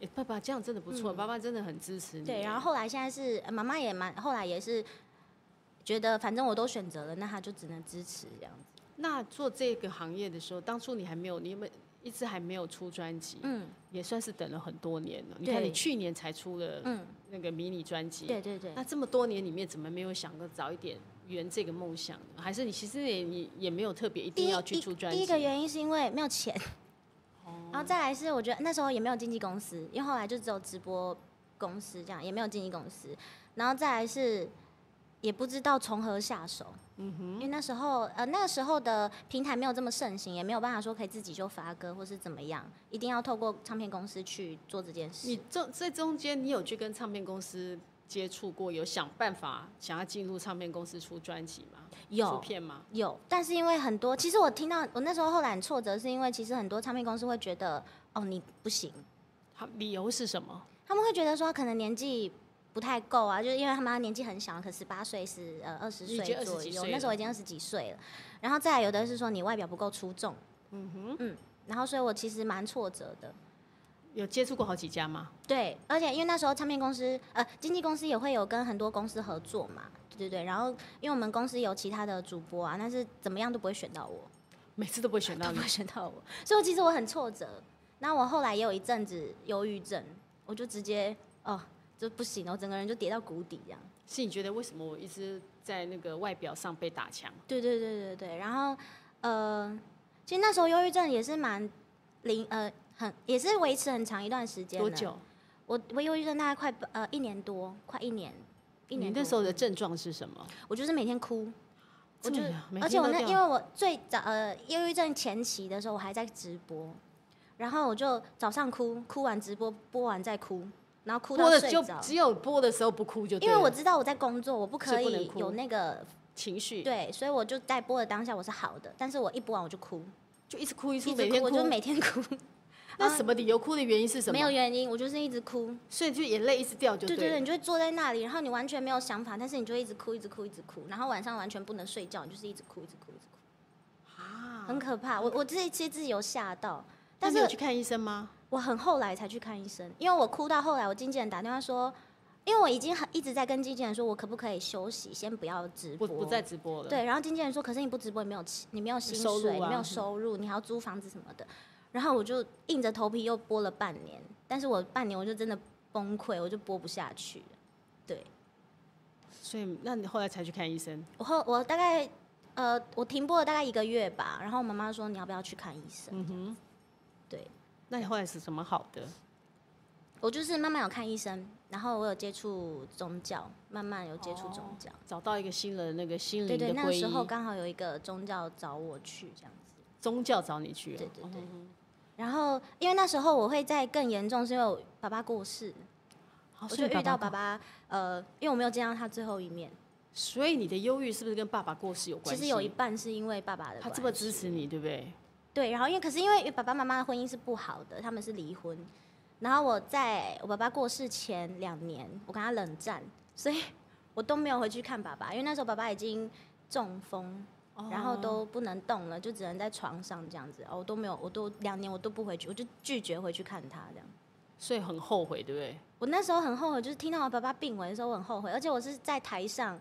Speaker 2: 哎，爸爸这样真的不错，爸爸真的很支持你。
Speaker 1: 嗯对，啊然后后来现在是呃妈妈也蛮，后来也是觉得反正我都选择了，那他就只能支持这样子，
Speaker 2: 那做这个行业的时候，当初你还没有，你有没有一直还没有出专辑？
Speaker 1: 嗯
Speaker 2: 也算是等了很多年了。你看，
Speaker 1: 对
Speaker 2: 你去年才出了
Speaker 1: 嗯，
Speaker 2: 那个迷你专辑，
Speaker 1: 对对对，
Speaker 2: 那这么多年里面，怎么没有想过早一点圆这个梦想呢？还是你其实也你也没有特别一
Speaker 1: 第
Speaker 2: 定
Speaker 1: 一
Speaker 2: 要去
Speaker 1: 一
Speaker 2: 出专
Speaker 1: 第
Speaker 2: 辑？啊
Speaker 1: 一个原因是因为没有钱，
Speaker 2: 哦
Speaker 1: 然后再来是我觉得那时候也没有经纪公司，因为后来就只有直播公司这样，也没有经纪公司。然后再来是也不知道从何下手，嗯哼，因为那时候呃那个时候的平台没有这么盛行，也没有办法说可以自己就发歌或是怎么样，一定要透过唱片公司去做这件
Speaker 2: 你
Speaker 1: 事。
Speaker 2: 这这中间，你有去跟唱片公司接触过，有想办法想要进入唱片公司出专辑吗？出
Speaker 1: 有
Speaker 2: 片吗？
Speaker 1: 有，但是因为很多，其实我听到我那时候后来很挫折，是因为其实很多唱片公司会觉得哦你不行，
Speaker 2: 他理由是什么？
Speaker 1: 他们会觉得说可能年纪不太够啊，就是因为他妈年纪很小，可十八岁是呃二十
Speaker 2: 已经
Speaker 1: 岁
Speaker 2: 20
Speaker 1: 左
Speaker 2: 几
Speaker 1: 右
Speaker 2: 岁，
Speaker 1: 那时候
Speaker 2: 了
Speaker 1: 已经二十几岁了。然后再来有的是说你外表不够出众，
Speaker 2: 嗯哼，
Speaker 1: 然后所以我其实蛮挫折的。
Speaker 2: 有接触过好几家吗？
Speaker 1: 对，而且因为那时候唱片公司呃经纪公司也会有跟很多公司合作嘛，对对对。然后因为我们公司有其他的主播啊，但是怎么样都不会选到我。
Speaker 2: 每次都不会选到
Speaker 1: 都
Speaker 2: 你
Speaker 1: 不，会选到我，所以我其实我很挫折。那我后来也有一阵子忧郁症，我就直接哦，就不行了，我整个人就跌到谷底这样。
Speaker 2: 是你觉得为什么我一直在那个外表上被打枪？
Speaker 1: 对对对对对，然后呃，其实那时候忧郁症也是蛮零呃很也是维持很长一段时间。
Speaker 2: 多？久？
Speaker 1: 我我忧郁症大概快呃一年多，快一年，一
Speaker 2: 你
Speaker 1: 年
Speaker 2: 那
Speaker 1: 多。嗯
Speaker 2: 时候的症状是什么？
Speaker 1: 我就是每天哭，我就
Speaker 2: 这么呀每
Speaker 1: 而且
Speaker 2: 天
Speaker 1: 我
Speaker 2: 都
Speaker 1: 那
Speaker 2: 掉
Speaker 1: 因为我最早呃忧郁症前期的时候，我还在直播，然后我就早上哭，哭完直播播完再哭，然后哭到
Speaker 2: 播的
Speaker 1: 睡
Speaker 2: 就
Speaker 1: 着。
Speaker 2: 只有播的时候不哭就对
Speaker 1: 因
Speaker 2: 了，
Speaker 1: 为我知道我在工作，我不
Speaker 2: 所
Speaker 1: 可
Speaker 2: 以不能
Speaker 1: 以
Speaker 2: 哭
Speaker 1: 有那个
Speaker 2: 情绪
Speaker 1: 对，所以我就在播的当下我是好的，但是我一播完我就哭，
Speaker 2: 就一直哭一
Speaker 1: 一
Speaker 2: 直
Speaker 1: 直
Speaker 2: 哭，每天
Speaker 1: 我
Speaker 2: 哭。
Speaker 1: 就每天哭，
Speaker 2: 那什么理由哭的原因是什么？
Speaker 1: 没有，原因，我就是一直哭。
Speaker 2: 所以就眼泪一直掉就
Speaker 1: 对对
Speaker 2: 了
Speaker 1: 对，你就会坐在那里，然后你完全没有想法，但是你就一直哭，一直哭，一直哭，然后晚上完全不能睡觉，你就是一直哭，一直哭，一直哭。
Speaker 2: 啊。
Speaker 1: 很可怕。我我自己其实自己有吓到，但
Speaker 2: 但是有
Speaker 1: 是
Speaker 2: 去看医生吗？
Speaker 1: 我很后来才去看医生，因为我哭到后来，我经纪人打电话说，因为我已经很一直在跟经纪人说我可不可以休息，先不要直
Speaker 2: 不
Speaker 1: 播，
Speaker 2: 不再直播了。，
Speaker 1: 对，然后经纪人说，可是你不直播，你没有钱你没有薪
Speaker 2: 收入
Speaker 1: 水，
Speaker 2: 啊
Speaker 1: 你没有收入，你还要租房子什么的。然后我就硬着头皮又播了半年，但是我半年我就真的崩溃，我就播不下去了。对
Speaker 2: 所以那你后来才去看医生，
Speaker 1: 我后我大概呃我停播了大概一个月吧，然后我妈妈说你要不要去看医生？嗯哼，对。
Speaker 2: 那你后来是怎么好的？
Speaker 1: 我就是慢慢有看医生，然后我有接触宗教，慢慢有接触宗教。
Speaker 2: 找到一个新的那个心
Speaker 1: 对对，
Speaker 2: 灵哦的
Speaker 1: 那个
Speaker 2: 皈
Speaker 1: 时候
Speaker 2: 依，
Speaker 1: 刚好有一个宗教找我去这样子。
Speaker 2: 宗教找你去哦。
Speaker 1: 对对对
Speaker 2: 哦。
Speaker 1: 然后因为那时候我会在更严重，是因为我爸爸过世，我
Speaker 2: 好，哦所
Speaker 1: 就
Speaker 2: 以
Speaker 1: 遇到
Speaker 2: 爸
Speaker 1: 爸，爸，呃，因为我没有见到他最后一面，
Speaker 2: 所以你的忧郁是不是跟爸爸过世有关
Speaker 1: 其
Speaker 2: 系？
Speaker 1: 实有一半是因为爸爸的
Speaker 2: 他
Speaker 1: 关
Speaker 2: 这么
Speaker 1: 系
Speaker 2: 支持你，对不对？
Speaker 1: 对，然后因为可是因为爸爸妈妈的婚姻是不好的，他们是离婚。然后我在我爸爸过世前两年，我跟他冷战，所以我都没有回去看爸爸，因为那时候爸爸已经中风，
Speaker 2: 哦
Speaker 1: 然后都不能动了，就只能在床上这样子。哦，我都没有，我都两年我都不回去，我就拒绝回去看他这样。
Speaker 2: 所以很后悔，对不对？
Speaker 1: 我那时候很后悔，就是听到我爸爸病危的时候，我很后悔，而且我是在台上，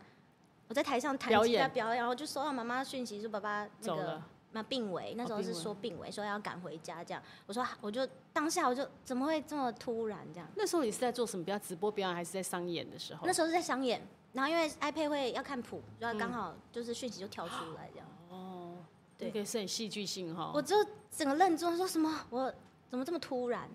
Speaker 1: 我在台上弹
Speaker 2: 表
Speaker 1: 吉他
Speaker 2: 演
Speaker 1: 表演，然后就收到妈妈讯息说爸爸那
Speaker 2: 走
Speaker 1: 个
Speaker 2: 了，
Speaker 1: 那病危，那
Speaker 2: 哦
Speaker 1: 时候
Speaker 2: 病
Speaker 1: 是
Speaker 2: 危
Speaker 1: 说病危，说要赶回家这样。我说我就当下我就怎么会这么突然这样？
Speaker 2: 那时候你是在做什么？比较直播表演还是在商演的时候
Speaker 1: 那？时候是在商演，然后因为 iPad 会要看谱，然后
Speaker 2: 嗯
Speaker 1: 刚好就是讯息就跳出来这样，
Speaker 2: 哦，
Speaker 1: 对
Speaker 2: 那个是很戏剧性哈。
Speaker 1: 我就整个愣住，我说什么？我怎么这么突然？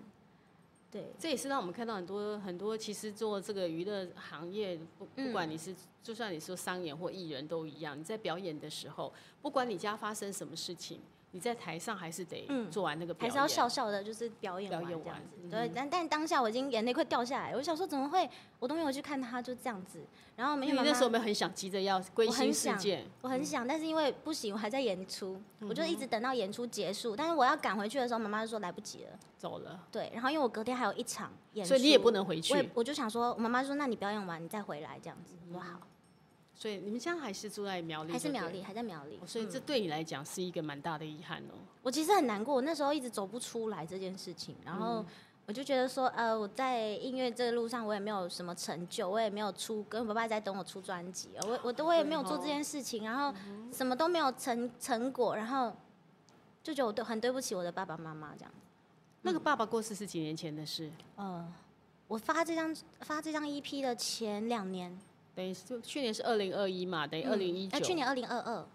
Speaker 1: 对，
Speaker 2: 这也是让我们看到很多很多，其实做这个娱乐行业，不不
Speaker 1: 嗯
Speaker 2: 管你是、就算你说商演或艺人都一样，你在表演的时候，不管你家发生什么事情，你在台上还是得
Speaker 1: 嗯
Speaker 2: 做完那个表
Speaker 1: 还
Speaker 2: 演，
Speaker 1: 是要笑笑的，就是表演
Speaker 2: 表
Speaker 1: 完
Speaker 2: 演
Speaker 1: 这样
Speaker 2: 完
Speaker 1: 子。
Speaker 2: 嗯
Speaker 1: 对，但但当下我已经眼泪快掉下来，我想说怎么会？我都没有去看他就这样子，然后没
Speaker 2: 因
Speaker 1: 有
Speaker 2: 为
Speaker 1: 妈
Speaker 2: 那时候我嗯
Speaker 1: 妈。
Speaker 2: 们很想急着要归
Speaker 1: 我
Speaker 2: 心
Speaker 1: 很
Speaker 2: 似
Speaker 1: 想
Speaker 2: 箭，
Speaker 1: 我很想，但是因为不行，我还在演出，我就一
Speaker 2: 嗯
Speaker 1: 直等到演出结束。但是我要赶回去的时候，妈妈就说来不及了。
Speaker 2: 走了，
Speaker 1: 对，然后因为我隔天还有一场演出，
Speaker 2: 所以你也不能回
Speaker 1: 我也
Speaker 2: 去。
Speaker 1: 我就想说，我妈妈说，那你表演完你再回来这样子，我说好，
Speaker 2: 所以你们现在还是住在苗栗，
Speaker 1: 还是
Speaker 2: 对不
Speaker 1: 苗
Speaker 2: 对
Speaker 1: 栗，还嗯在苗栗
Speaker 2: 哦，所以这对你来讲是一个蛮大的遗憾哦。
Speaker 1: 我其实很难过，我那时候一直走不出来这件事情，然
Speaker 2: 嗯
Speaker 1: 后我就觉得说，呃，我在音乐这个路上我也没有什么成就，我也没有出歌，跟爸爸在等我出专辑，我我都我也没有做这件事情，然后
Speaker 2: 嗯
Speaker 1: 什么都没有成成果，然后就觉得我对很对不起我的爸爸妈妈这样。
Speaker 2: 那
Speaker 1: 嗯
Speaker 2: 个爸爸过世是几年前的事，
Speaker 1: 呃，我发这张发这张 EP 的前两年，
Speaker 2: 等于就去年是二零二一嘛，等于二零一
Speaker 1: 呃
Speaker 2: 九，
Speaker 1: 去年二零二二，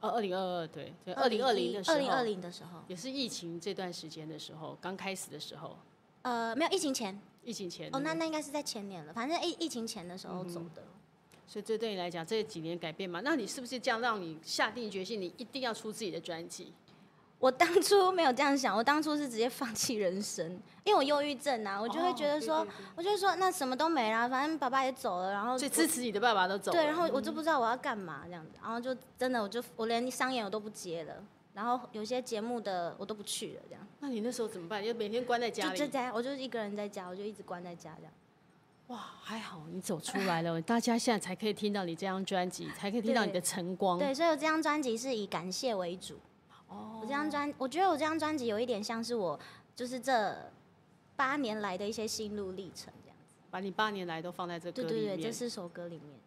Speaker 2: 呃二零二二对对，二零二零的时候，
Speaker 1: 二零二零的时候，
Speaker 2: 也是疫情这段时间的时候，刚开始的时候，
Speaker 1: 呃，没有疫情前
Speaker 2: 疫情前嗯
Speaker 1: 哦，那
Speaker 2: 对
Speaker 1: 那应该是在前年了，反正疫疫情前的时候走的。
Speaker 2: 所以这对你来讲这几年改变嘛，那你是不是这样让你下定决心，你一定要出自己的专辑？
Speaker 1: 我当初没有这样想，我当初是直接放弃人生，因为我忧郁症啊，我就会觉得说，
Speaker 2: 哦对对
Speaker 1: 我就会说那什么都没啦，反正爸爸也走了，然后
Speaker 2: 对所以
Speaker 1: 我
Speaker 2: 支持你的爸爸都走
Speaker 1: 哦
Speaker 2: 了，
Speaker 1: 对，啊然后我
Speaker 2: 嗯
Speaker 1: 就不知道我要干嘛这样子，然后就真的我就我连商演我都不接了，然后有些节目的我都不去了，这样
Speaker 2: 那你那时候怎么办？你就每天关在家
Speaker 1: 就
Speaker 2: 里，
Speaker 1: 就在我就一个人在家，我就一直关在家这样。
Speaker 2: 哇，还好你走出来 了，大家现在才可以听到你这张专辑，才可以听到你的晨光。
Speaker 1: 对，所以我这张专辑是以感谢为主。
Speaker 2: 哦
Speaker 1: 我这张专，我觉得我这张专辑有一点像是我就是这八年来的一些心路历程这样。
Speaker 2: 把你八年来都放在这歌
Speaker 1: 对
Speaker 2: 里
Speaker 1: 对
Speaker 2: 面，
Speaker 1: 对，这四首歌里面。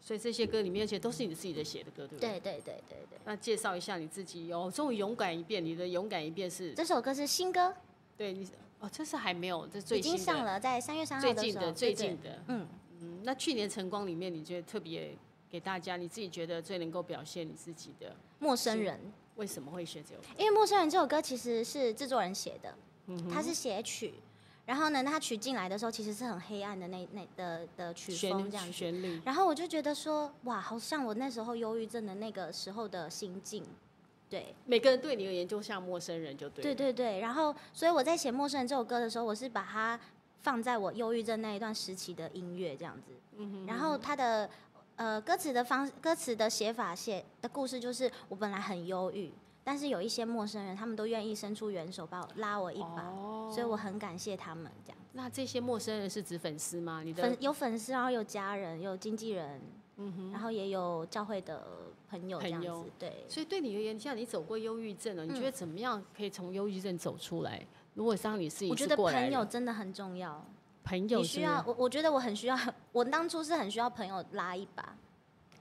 Speaker 2: 所以这些歌里面，而且都是你自己的写的歌，对不
Speaker 1: 对
Speaker 2: 对？
Speaker 1: 对对对对，
Speaker 2: 那介绍一下你自己，哦，终于勇敢一遍，你的勇敢一遍是
Speaker 1: 这首歌是新歌，
Speaker 2: 对你哦，这是还没有，这是最
Speaker 1: 已
Speaker 2: 新
Speaker 1: 经
Speaker 2: 的
Speaker 1: 上了，在三月三号
Speaker 2: 最
Speaker 1: 的
Speaker 2: 近
Speaker 1: 时候。
Speaker 2: 的最
Speaker 1: 对
Speaker 2: 近，的。
Speaker 1: 对嗯。
Speaker 2: 嗯，那去年晨光里面，你觉得特别给大家，你自己觉得最能够表现你自己的，
Speaker 1: 陌生人，
Speaker 2: 为什么会选这首歌？
Speaker 1: 因为陌生人这首歌其实是制作人写的，
Speaker 2: 嗯
Speaker 1: 他是写曲，然后呢，他曲进来的时候其实是很黑暗的那那的的曲风
Speaker 2: 旋
Speaker 1: 这样子，
Speaker 2: 旋律，
Speaker 1: 然后我就觉得说，哇，好像我那时候忧郁症的那个时候的心境，对，
Speaker 2: 每个人对你而言就像陌生人，就对。
Speaker 1: 对。对对，然后所以我在写陌生人这首歌的时候，我是把它放在我忧郁症那一段时期的音乐这样子，
Speaker 2: 嗯
Speaker 1: 然后它的。呃，歌词的方歌词的写法写的故事就是我本来很忧郁，但是有一些陌生人，他们都愿意伸出援手，把我拉我一把，
Speaker 2: 哦。
Speaker 1: 所以我很感谢他们。这样，
Speaker 2: 那这些陌生人是指粉丝吗？你的嗯
Speaker 1: 粉有粉丝，然后有家人，有经纪人，然后也有教会的朋友这
Speaker 2: 朋
Speaker 1: 样
Speaker 2: 友
Speaker 1: 子。对，
Speaker 2: 所以对你而言，像你走过忧郁症了，你觉
Speaker 1: 嗯
Speaker 2: 得怎么样可以从忧郁症走出来？如果让你自己
Speaker 1: 我觉
Speaker 2: 是
Speaker 1: 得
Speaker 2: 过来
Speaker 1: 朋友
Speaker 2: 人
Speaker 1: 真的很重要。
Speaker 2: 朋友
Speaker 1: 你
Speaker 2: 是
Speaker 1: 需要我，我觉得我很需要， 我当初是很需要朋友拉一把。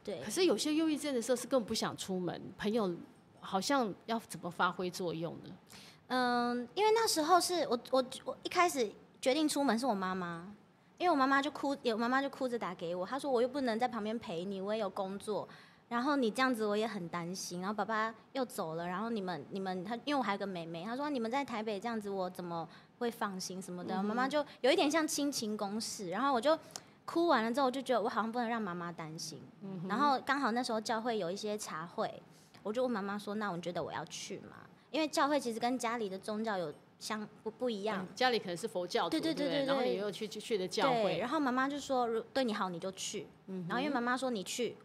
Speaker 1: 对
Speaker 2: 可，是有些忧郁症的时候是根本不想出门，朋友好像要怎么发挥作用呢？
Speaker 1: 嗯，因为那时候是我我我一开始决定出门是我妈妈，因为我妈妈就哭，我妈妈就哭着打给我，她说我又不能在旁边陪你，我也有工作，然后你这样子我也很担心，然后爸爸又走了，然后你们你们她因为我还有个妹妹，她说啊你们在台北这样子我怎么会放心什么的，妈妈就有一点像亲情公事，然后我就。哭完了之后，我就觉得我好像不能让妈妈担心。然后刚好那时候教会有一些茶会，我就问妈妈说：“那我觉得我要去吗？”因为教会其实跟家里的宗教有相不不一样
Speaker 2: 嗯，家里可能是佛教徒，
Speaker 1: 对对
Speaker 2: 对不
Speaker 1: 对对
Speaker 2: 然后你
Speaker 1: 对
Speaker 2: 又去去去了教
Speaker 1: 对。
Speaker 2: 会，嗯
Speaker 1: 然后妈妈就说：“如对你好，你就去。然后因为妈妈说你去，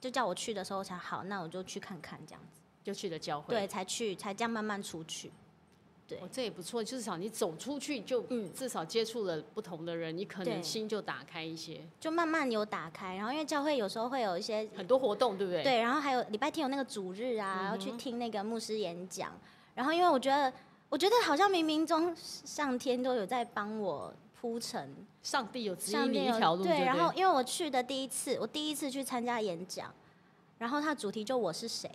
Speaker 1: 就叫我去的时候，我想好，那我就去看看这样子，
Speaker 2: 就去了教会。
Speaker 1: 对，才去，才这样慢慢出去。对
Speaker 2: 哦，这也不错，至少你走出去就
Speaker 1: 嗯
Speaker 2: 至少接触了不同的人，你可能
Speaker 1: 对
Speaker 2: 心就打开一些，
Speaker 1: 就慢慢有打开。然后因为教会有时候会有一些
Speaker 2: 很多活动，对不嗯对？，
Speaker 1: 对，然后还有礼拜天有那个主日啊，然后去听那个牧师演讲。然后因为我觉得，我觉得好像冥冥中上天都有在帮我铺陈。”
Speaker 2: 上帝有指
Speaker 1: 上
Speaker 2: 引你
Speaker 1: 面
Speaker 2: 一
Speaker 1: 有
Speaker 2: 条路，
Speaker 1: 对，
Speaker 2: 不
Speaker 1: 然后因为我去的第一次，我第一次去参加演讲，然后它主题就我是谁，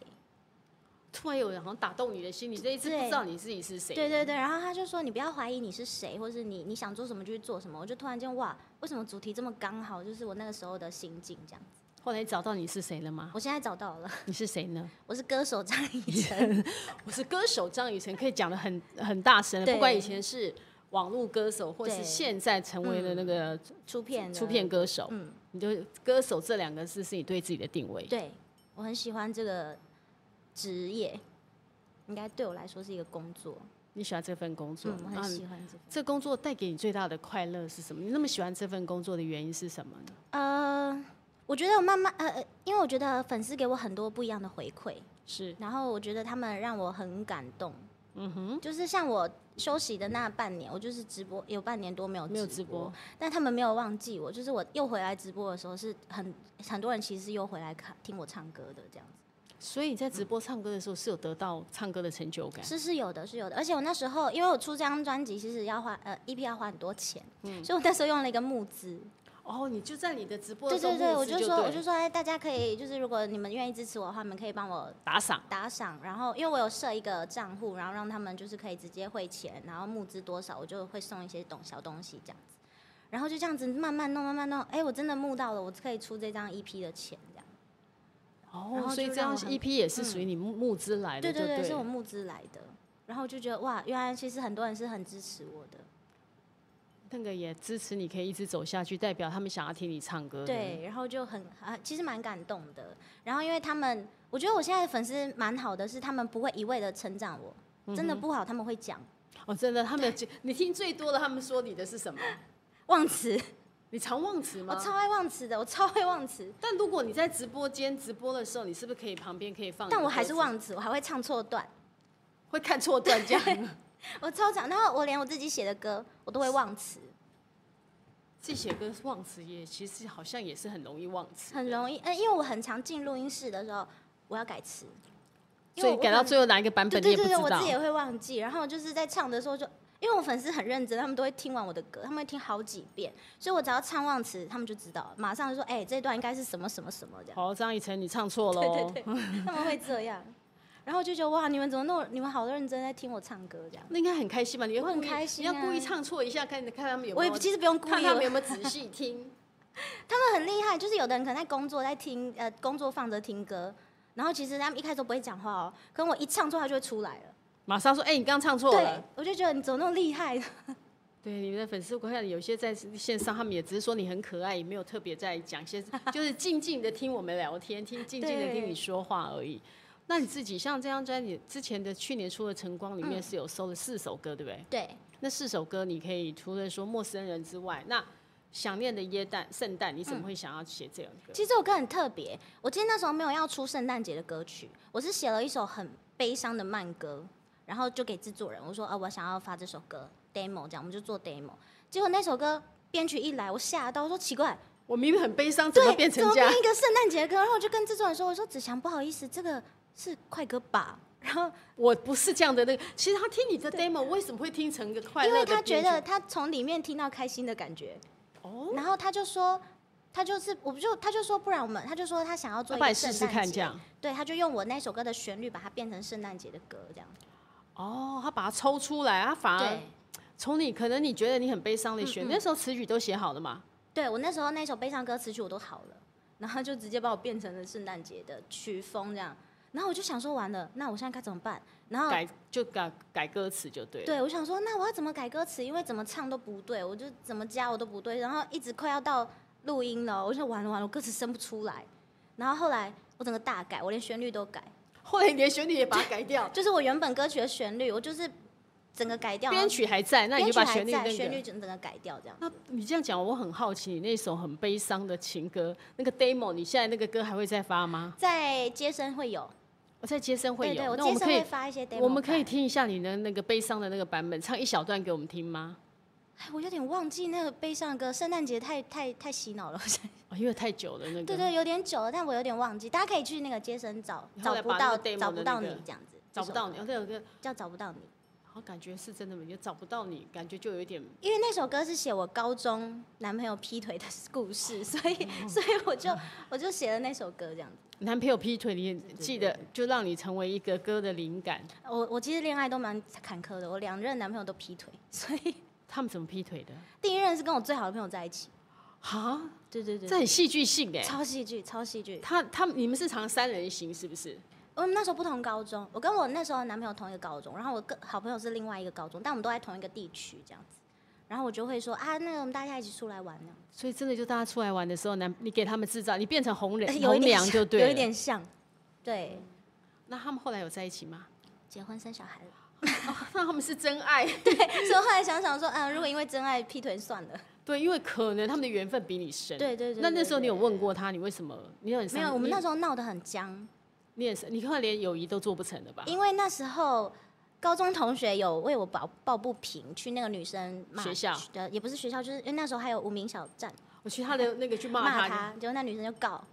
Speaker 2: 突然有人好像打动你的心，你这一次不
Speaker 1: 对
Speaker 2: 知道你自己是谁，
Speaker 1: 对对对，然后他就说你不要怀疑你是谁，或是你你想做什么就去做什么，我就突然间哇，为什么主题这么刚好，就是我那个时候的心境这样子。
Speaker 2: 后来找到你是谁了吗？
Speaker 1: 我现在找到了，
Speaker 2: 你是谁呢？
Speaker 1: 我是歌手张 以晨，
Speaker 2: 我是歌手张雨晨，可以讲的很很大声了，
Speaker 1: 对
Speaker 2: 不管以前是网络歌手，或是嗯
Speaker 1: 对
Speaker 2: 现在成为了那个
Speaker 1: 出片的
Speaker 2: 出片，歌手，
Speaker 1: 嗯，
Speaker 2: 你就歌手这两个字是你对自己的定位。
Speaker 1: 对我很喜欢这个职业，应该对我来说是一个工作，
Speaker 2: 你喜欢这份工作
Speaker 1: 嗯，，我
Speaker 2: 那
Speaker 1: 很喜欢这个。
Speaker 2: 这工作带给你最大的快乐是什么？你那么喜欢这份工作的原因是什么呢？
Speaker 1: 呃，我觉得我慢慢呃，呃因为我觉得粉丝给我很多不一样的回馈，
Speaker 2: 是
Speaker 1: 然后我觉得他们让我很感动。嗯哼，就是像我休息的那半年，我就是直播有半年多没有
Speaker 2: 没有
Speaker 1: 直
Speaker 2: 直播，
Speaker 1: 但他们没有忘记我，就是我又回来直播的时候，是很很多人其实是又回来看听我唱歌的这样子，
Speaker 2: 所以你在直播唱歌的时候是有得到唱歌的成就感。
Speaker 1: 是是有的，是有的。而且我那时候因为我出这张专辑，其实要花呃 EP 要花很多钱，
Speaker 2: 嗯
Speaker 1: 所以我那时候用了一个募资，
Speaker 2: 哦，你就在你的直播的
Speaker 1: 对
Speaker 2: 时候
Speaker 1: 对对，
Speaker 2: 募
Speaker 1: 我
Speaker 2: 资
Speaker 1: 就
Speaker 2: 就
Speaker 1: 说
Speaker 2: 对
Speaker 1: 我就说哎，大家可以就是如果你们愿意支持我的话，你们可以帮我
Speaker 2: 打赏，
Speaker 1: 打赏，然后因为我有设一个账户，然后让他们就是可以直接汇钱，然后募资多少，我就会送一些东小东西这样子，然后就这样子慢慢弄，慢慢弄，哎，我真的募到了，我可以出这张 EP 的钱这样。然
Speaker 2: 哦
Speaker 1: 后，
Speaker 2: 所以
Speaker 1: 就
Speaker 2: 这
Speaker 1: 让
Speaker 2: 张
Speaker 1: 我很
Speaker 2: EP 也是属于你募募资来的，
Speaker 1: 对
Speaker 2: 就嗯对
Speaker 1: 对，是
Speaker 2: 了
Speaker 1: 我募资来的，然后我就觉得哇，原来其实很多人是很支持我的，
Speaker 2: 那个也支持你可以一直走下去，代表他们想要听你唱歌。，
Speaker 1: 对，然后就很啊，其实蛮感动的。然后因为他们，我觉得我现在的粉丝蛮好的，是他们不会一味的称赞我，真的不好他们会讲
Speaker 2: 哦，真的，他们的你听最多的，他们说你的是什么？
Speaker 1: 忘词，
Speaker 2: 你常忘词
Speaker 1: 我
Speaker 2: 吗？
Speaker 1: 超爱忘词的，我超会忘词。
Speaker 2: 但如果你在直播间直播的时候，你是不是可以旁边可以放你的歌
Speaker 1: 但
Speaker 2: 词？
Speaker 1: 我还是忘词，我还会唱错段，
Speaker 2: 会看错 段这样。
Speaker 1: 我超常，然后我连我自己写的歌我都会忘词，
Speaker 2: 自己写歌忘词也其实好像也是很容易忘词的，
Speaker 1: 很容易。嗯，因为我很常进录音室的时候，我要改词，因
Speaker 2: 所
Speaker 1: 为
Speaker 2: 以
Speaker 1: 我
Speaker 2: 改到最后哪一个版
Speaker 1: 对
Speaker 2: 本你
Speaker 1: 对
Speaker 2: 也不
Speaker 1: 对
Speaker 2: 知
Speaker 1: 对，我
Speaker 2: 道
Speaker 1: 自己。也会忘记。然后就是在唱的时候就，因为我粉丝很认真，他们都会听完我的歌，他们会听好几遍，所以我只要唱忘词，他们就知道，马上就说：“哎、这段应该是什么什么什么这样。
Speaker 2: 好，张以晨，你唱错喽。
Speaker 1: 对对对，他们会这样。 然后我就觉得哇，你们怎么那么你们好认真在听我唱歌这样？
Speaker 2: 那应该很开心吧？你会
Speaker 1: 我很
Speaker 2: 故意
Speaker 1: 开心
Speaker 2: 你
Speaker 1: 啊
Speaker 2: 要故意唱错一下，看看他们有
Speaker 1: 我
Speaker 2: 没
Speaker 1: 也
Speaker 2: 有
Speaker 1: 不，其实不用故
Speaker 2: 看
Speaker 1: 意，
Speaker 2: 他们
Speaker 1: 我
Speaker 2: 有没有仔细听。
Speaker 1: 他们很厉害，就是有的人可能在工作在听，呃，工作放着听歌，然后其实他们一开始都不会讲话哦，可能我一唱错，他就会出来了。
Speaker 2: 马上说，哎、你刚刚唱错
Speaker 1: 对
Speaker 2: 了。，
Speaker 1: 我就觉得你怎么那么厉害？
Speaker 2: 对，你们的粉丝，我看有些在线上，他们也只是说你很可爱，也没有特别在讲一些， 就是静静的听我们聊天，听静静的
Speaker 1: 对
Speaker 2: 听你说话而已。那你自己像这张专辑之前的去年出的《晨光》里面是有收了四首歌，对 不对？
Speaker 1: 对，
Speaker 2: 那四首歌你可以除了说陌生人之外，那想念的耶诞圣诞，你怎么会想要写这样歌？
Speaker 1: 其实这首歌很特别，我记得那时候没有要出圣诞节的歌曲，我是写了一首很悲伤的慢歌，然后就给制作人我说，啊，我想要发这首歌 demo，这样我们就做 demo。结果那首歌编曲一来，我吓到，我说奇怪，
Speaker 2: 我明明很悲伤，怎么
Speaker 1: 对，
Speaker 2: 变
Speaker 1: 怎
Speaker 2: 成
Speaker 1: 么
Speaker 2: 这样
Speaker 1: 变？一个圣诞节歌？然后我就跟制作人说，我说子祥，不好意思，这个是快歌吧？然后
Speaker 2: 我不是这样的那个。其实他听你的 demo 为什么会听成一个快乐
Speaker 1: 因
Speaker 2: 的
Speaker 1: 为他觉
Speaker 2: 编曲
Speaker 1: 得他从里面听到开心的感觉，
Speaker 2: 哦，
Speaker 1: 然后他就说，他就是我不就他就说，不然我们他就说他想要做
Speaker 2: 要
Speaker 1: 一
Speaker 2: 不
Speaker 1: 个
Speaker 2: 然你试
Speaker 1: 圣
Speaker 2: 试
Speaker 1: 诞
Speaker 2: 看
Speaker 1: 节，
Speaker 2: 这样。
Speaker 1: 对，他就用我那首歌的旋律把它变成圣诞节的歌这样，
Speaker 2: 哦，他把它抽出来，他反而
Speaker 1: 对。嗯
Speaker 2: 从你可能你觉得你很悲伤的选，那时候词曲都写好了嘛，
Speaker 1: 对我那时候那首悲伤歌词曲我都好了，然后就直接把我变成了圣诞节的曲风这样，然后我就想说完了，那我现在该怎么办？然后
Speaker 2: 改就改改歌词就对了。
Speaker 1: 嗯对，我想说，那我要怎么改歌词？因为怎么唱都不对，我就怎么加我都不对，然后一直快要到录音了，我就完了完了，我歌词生不出来。然后后来我整个大改，我连旋律都改，
Speaker 2: 后来你连旋律也把它改 掉，
Speaker 1: 就是我原本歌曲的旋律，我就是整个改掉。然
Speaker 2: 编
Speaker 1: 后
Speaker 2: 曲还在，那你
Speaker 1: 啊编
Speaker 2: 就
Speaker 1: 曲
Speaker 2: 把
Speaker 1: 还
Speaker 2: 旋律
Speaker 1: 在，
Speaker 2: 那
Speaker 1: 旋律
Speaker 2: 个。
Speaker 1: 整整个改掉这样。
Speaker 2: 那你这样讲，我很好奇，你那首很悲伤的情歌，那个 demo，你现在那个歌还会再发吗？
Speaker 1: 在接生会有，
Speaker 2: 我在接生会
Speaker 1: 对对，
Speaker 2: 有，
Speaker 1: 我
Speaker 2: 那
Speaker 1: 接
Speaker 2: 我们
Speaker 1: 生
Speaker 2: 可
Speaker 1: 会
Speaker 2: 以
Speaker 1: 发一些 demo
Speaker 2: 我们可以
Speaker 1: 版，
Speaker 2: 听一下你的那个悲伤的那个版本，唱一小段给我们听吗？
Speaker 1: 哎，我有点忘记那个悲伤的歌，圣诞节太太太洗脑了，
Speaker 2: 哦，因为太久了那个。
Speaker 1: 对对，有点久了，但我有点忘记，大家可以去那个接生找
Speaker 2: 你后
Speaker 1: 找
Speaker 2: 来
Speaker 1: 不
Speaker 2: 把那
Speaker 1: 到
Speaker 2: 个 demo
Speaker 1: 找
Speaker 2: 的
Speaker 1: 不
Speaker 2: 那
Speaker 1: 到
Speaker 2: 个
Speaker 1: 你这样子，
Speaker 2: 找不到你，
Speaker 1: 这首歌，
Speaker 2: 哦那有个，
Speaker 1: 叫找不到你，
Speaker 2: 好像感觉是真的没，就找不到你，感觉就有一点
Speaker 1: 因为那首歌是写我高中男朋友劈腿的故事，所以
Speaker 2: 哦
Speaker 1: 所以我就我就写了那首歌这样子。
Speaker 2: 男朋友劈腿，你也记得就让你成为一个歌的灵感。
Speaker 1: 我我其实恋爱都蛮坎坷的，我两任男朋友都劈腿，所以
Speaker 2: 他们怎么劈腿的？
Speaker 1: 第一任是跟我最好的朋友在一起，
Speaker 2: 哈，
Speaker 1: 对对对
Speaker 2: 这，很戏剧性哎、
Speaker 1: 超戏剧，超戏剧。
Speaker 2: 他他们你们是常三人行是不是？
Speaker 1: 我们那时候不同高中，我跟我那时候的男朋友同一个高中，然后我跟好朋友是另外一个高中，但我们都在同一个地区这样子。然后我就会说啊，那个我们大家一起出来玩呢，
Speaker 2: 所以真的就大家出来玩的时候，男你给他们制造，你变成红人
Speaker 1: 有一
Speaker 2: 红
Speaker 1: 点
Speaker 2: 娘
Speaker 1: 像
Speaker 2: 就对了。
Speaker 1: 有一点像，对，
Speaker 2: 那他们后来有在一起吗？
Speaker 1: 结婚生小孩了。
Speaker 2: 哦那他们是真爱？
Speaker 1: 所以后来想想说，嗯，如果因为真爱劈腿算了。
Speaker 2: 对，因为可能他们的缘分比你深。
Speaker 1: 对对对
Speaker 2: 那那
Speaker 1: 对
Speaker 2: 时候你有
Speaker 1: 对
Speaker 2: 问过他，你为什么？你很
Speaker 1: 没有，我们那
Speaker 2: 那
Speaker 1: 时候闹得很僵，
Speaker 2: 你很你快连友谊都做不成了吧？
Speaker 1: 因为那时候高中同学有为我抱抱不平，去那个女生骂
Speaker 2: 学校
Speaker 1: 呃，也不是学校，就是因为那时候还有无名小站
Speaker 2: 我去他的那个去骂
Speaker 1: 骂
Speaker 2: 他，
Speaker 1: 他，结果那女生就告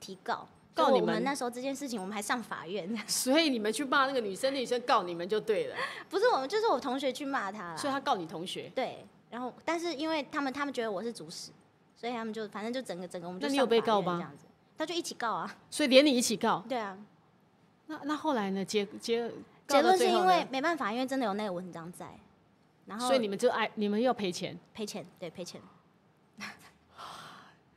Speaker 1: 提告，
Speaker 2: 告
Speaker 1: 结果
Speaker 2: 你
Speaker 1: 我
Speaker 2: 们
Speaker 1: 们那时候这件事情，我们还上法院，
Speaker 2: 所以你们去骂那个女生，那女生告你们就对了。
Speaker 1: 不是我们，就是我同学去骂他
Speaker 2: 所以
Speaker 1: 啦，
Speaker 2: 他告你同学。
Speaker 1: 对，然后但是因为他们他们觉得我是主使，所以他们就反正就整个整个我们就
Speaker 2: 那你有
Speaker 1: 上
Speaker 2: 被
Speaker 1: 法
Speaker 2: 告
Speaker 1: 院
Speaker 2: 吗
Speaker 1: 这样子，他就一起告啊，
Speaker 2: 所以连你一起告。
Speaker 1: 对啊，
Speaker 2: 那那后来呢？结结
Speaker 1: 结论是
Speaker 2: 告到最后
Speaker 1: 因
Speaker 2: 呢
Speaker 1: 为没办法，因为真的有那个文章在，然后
Speaker 2: 所以你们啊就爱你们要赔钱，
Speaker 1: 赔钱，对赔钱，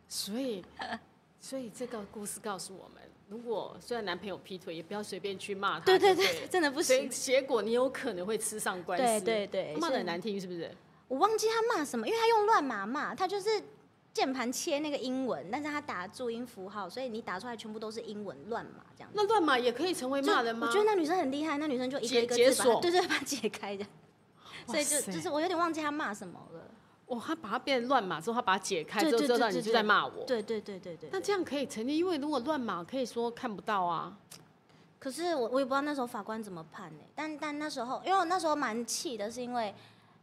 Speaker 2: 所以 所以这个故事告诉我们，如果虽然男朋友劈腿，也不要随便去骂他。
Speaker 1: 对
Speaker 2: 对
Speaker 1: 对对，真的不
Speaker 2: 所以
Speaker 1: 行。
Speaker 2: 结果你有可能会吃上官
Speaker 1: 对
Speaker 2: 司。
Speaker 1: 对对，
Speaker 2: 骂的
Speaker 1: 所以
Speaker 2: 很难听是不是？
Speaker 1: 我忘记他骂什么，因为他用乱码骂，他就是键盘切那个英文，但是他打注音符号，所以你打出来全部都是英文乱码这样子。
Speaker 2: 那乱骂也可以成为
Speaker 1: 就
Speaker 2: 骂人吗？
Speaker 1: 我觉得那女生很厉害，那女生就一个
Speaker 2: 解
Speaker 1: 一个
Speaker 2: 解
Speaker 1: 字把它，
Speaker 2: 锁
Speaker 1: 对对，把它解开的。所以就
Speaker 2: 哇塞
Speaker 1: 就是我有点忘记他骂什么了。
Speaker 2: 哦，他把它变成乱骂之后，他把它解开
Speaker 1: 对
Speaker 2: 之后，
Speaker 1: 对
Speaker 2: 知道
Speaker 1: 对对
Speaker 2: 你就在骂我。
Speaker 1: 对对对对对。
Speaker 2: 那这样可以成立，因为如果乱码可以说看不到啊。
Speaker 1: 可是我我也不知道那时候法官怎么判呢、但但那时候，因为我那时候蛮气的，是因为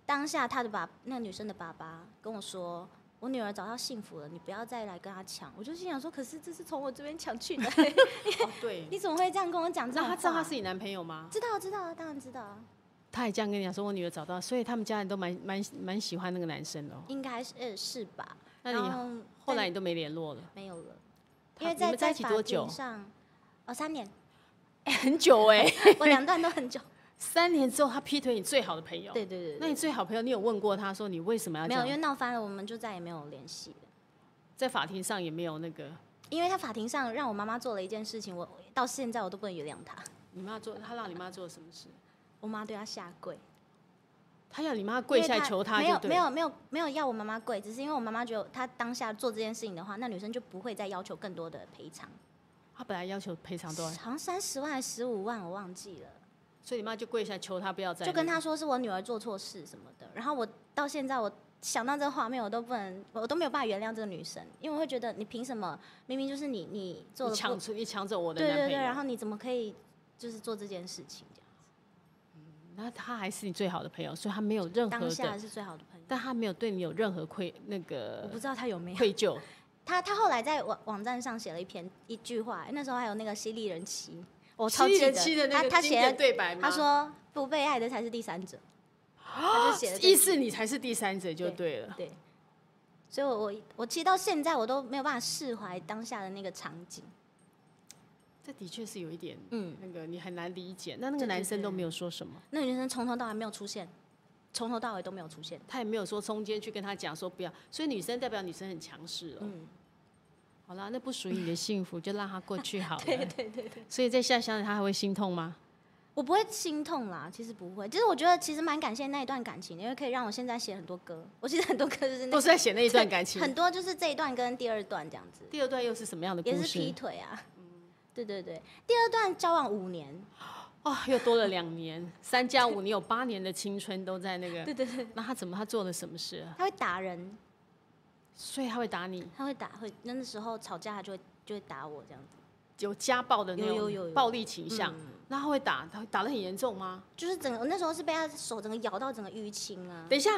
Speaker 1: 当下他的爸那个女生的爸爸跟我说，我女儿找到幸福了，你不要再来跟她抢。”我就心想说：“可是这是从我这边抢去的、
Speaker 2: 哦，对。
Speaker 1: 你怎么会这样跟我讲这
Speaker 2: 那
Speaker 1: 种话？”
Speaker 2: 他知道他是你男朋友吗？
Speaker 1: 知道知道，当然知道，
Speaker 2: 他也这样跟你讲说，我女儿找到，所以他们家人都蛮蛮蛮喜欢那个男生的哦。
Speaker 1: 应该是、呃是吧？
Speaker 2: 那
Speaker 1: 然
Speaker 2: 你
Speaker 1: 后
Speaker 2: 后
Speaker 1: 但
Speaker 2: 来你都没联 络了，
Speaker 1: 没有了，
Speaker 2: 他
Speaker 1: 因为
Speaker 2: 你
Speaker 1: 在
Speaker 2: 们在一起
Speaker 1: 法
Speaker 2: 多
Speaker 1: 庭
Speaker 2: 久？
Speaker 1: 上，哦三年，
Speaker 2: 哎很久哎，
Speaker 1: 我两段都很久。
Speaker 2: 三年之后他劈腿你最好的朋友。
Speaker 1: 对对对
Speaker 2: 那你最好朋友，你有问过他说你为什么要
Speaker 1: 对，没
Speaker 2: 这
Speaker 1: 有，
Speaker 2: 样？
Speaker 1: 因为闹翻了，我们就再也没有联系了。
Speaker 2: 在法庭上也没有那个，
Speaker 1: 因为他法庭上让我妈妈做了一件事情，我到现在我都不能原谅他。
Speaker 2: 你妈做他让你妈做什么事？
Speaker 1: 我妈对他下跪，
Speaker 2: 他要你妈跪
Speaker 1: 因
Speaker 2: 下来
Speaker 1: 为
Speaker 2: 求他
Speaker 1: 没
Speaker 2: 就
Speaker 1: 有
Speaker 2: 对
Speaker 1: 没
Speaker 2: 了，
Speaker 1: 有没有没有要我妈妈跪，只是因为我妈妈觉得她当下做这件事情的话，那女生就不会再要求更多的赔偿，
Speaker 2: 他本来要求赔偿多少，
Speaker 1: 好像三十万还是十五万，我忘记了。
Speaker 2: 所以你妈就跪下来求他不要再
Speaker 1: 就跟
Speaker 2: 那个
Speaker 1: 他说是我女儿做错事什么的，然后我到现在我想到这个画面，我都不能，我都没有办法原谅这个女生，因为我会觉得你凭什么？明明就是你你做
Speaker 2: 你
Speaker 1: 了
Speaker 2: 抢
Speaker 1: 不，
Speaker 2: 出你抢走我的
Speaker 1: 对
Speaker 2: 男
Speaker 1: 对
Speaker 2: 朋
Speaker 1: 对，
Speaker 2: 友，
Speaker 1: 然后你怎么可以就是做这件事情？这样
Speaker 2: 那他还是你最好的朋友，所以他没有任何
Speaker 1: 当下
Speaker 2: 的，
Speaker 1: 是最好的朋友，
Speaker 2: 但他没有对你有任何愧那
Speaker 1: 我
Speaker 2: 个
Speaker 1: 不知道他有没有。
Speaker 2: 愧疚。
Speaker 1: 他他后来在网网站上写了一篇一句话，那时候还有那个犀利人妻，我超
Speaker 2: 七
Speaker 1: 记
Speaker 2: 人
Speaker 1: 得
Speaker 2: 七的那
Speaker 1: 他
Speaker 2: 个
Speaker 1: 他
Speaker 2: 经典
Speaker 1: 写
Speaker 2: 对白吗？
Speaker 1: 他说不被爱的才是第三 者，他就写了这
Speaker 2: 意
Speaker 1: 句
Speaker 2: 思你才是第三者就对了。
Speaker 1: 对，所以我我我其实到现在我都没有办法释怀当下的那个场景。
Speaker 2: 这的确是有一点
Speaker 1: 嗯，
Speaker 2: 那个你很难理解。那那个
Speaker 1: 对对
Speaker 2: 男生都
Speaker 1: 对
Speaker 2: 没有说什么，
Speaker 1: 那个女生从头到尾没有出现，从头到尾都没有出现。
Speaker 2: 他也没有说中间去跟他讲说不要，所以女生代表女生很强势哦。
Speaker 1: 嗯，
Speaker 2: 好啦，那不属于你的幸福，就让它过去好了。
Speaker 1: 对对对对，
Speaker 2: 所以在下乡，他还会心痛吗？
Speaker 1: 我不会心痛啦，其实不会。其实我觉得其实蛮感谢那一段感情的，因为可以让我现在写很多歌。我其实很多歌就是那
Speaker 2: 都是在写那一段感情。
Speaker 1: 很多就是这一段跟第二段这样子，
Speaker 2: 第二段又是什么样的故
Speaker 1: 也是劈
Speaker 2: 事？
Speaker 1: 腿啊。对对对，第二段交往五年，
Speaker 2: 哦，又多了两年，三加五，你有八年的青春都在那 个。
Speaker 1: 对对对，
Speaker 2: 那他怎么？他做了什么事啊？
Speaker 1: 他会打人，
Speaker 2: 所以他会打你，
Speaker 1: 他会打，会那时候吵架他就会就会打我这样子，
Speaker 2: 有家暴的那
Speaker 1: 有有有
Speaker 2: 种
Speaker 1: 有
Speaker 2: 暴力倾向。
Speaker 1: 嗯
Speaker 2: 那他会打，他会打得很严重吗？
Speaker 1: 就是整个我那时候是被他手整个咬到整个淤青啊，
Speaker 2: 等一下，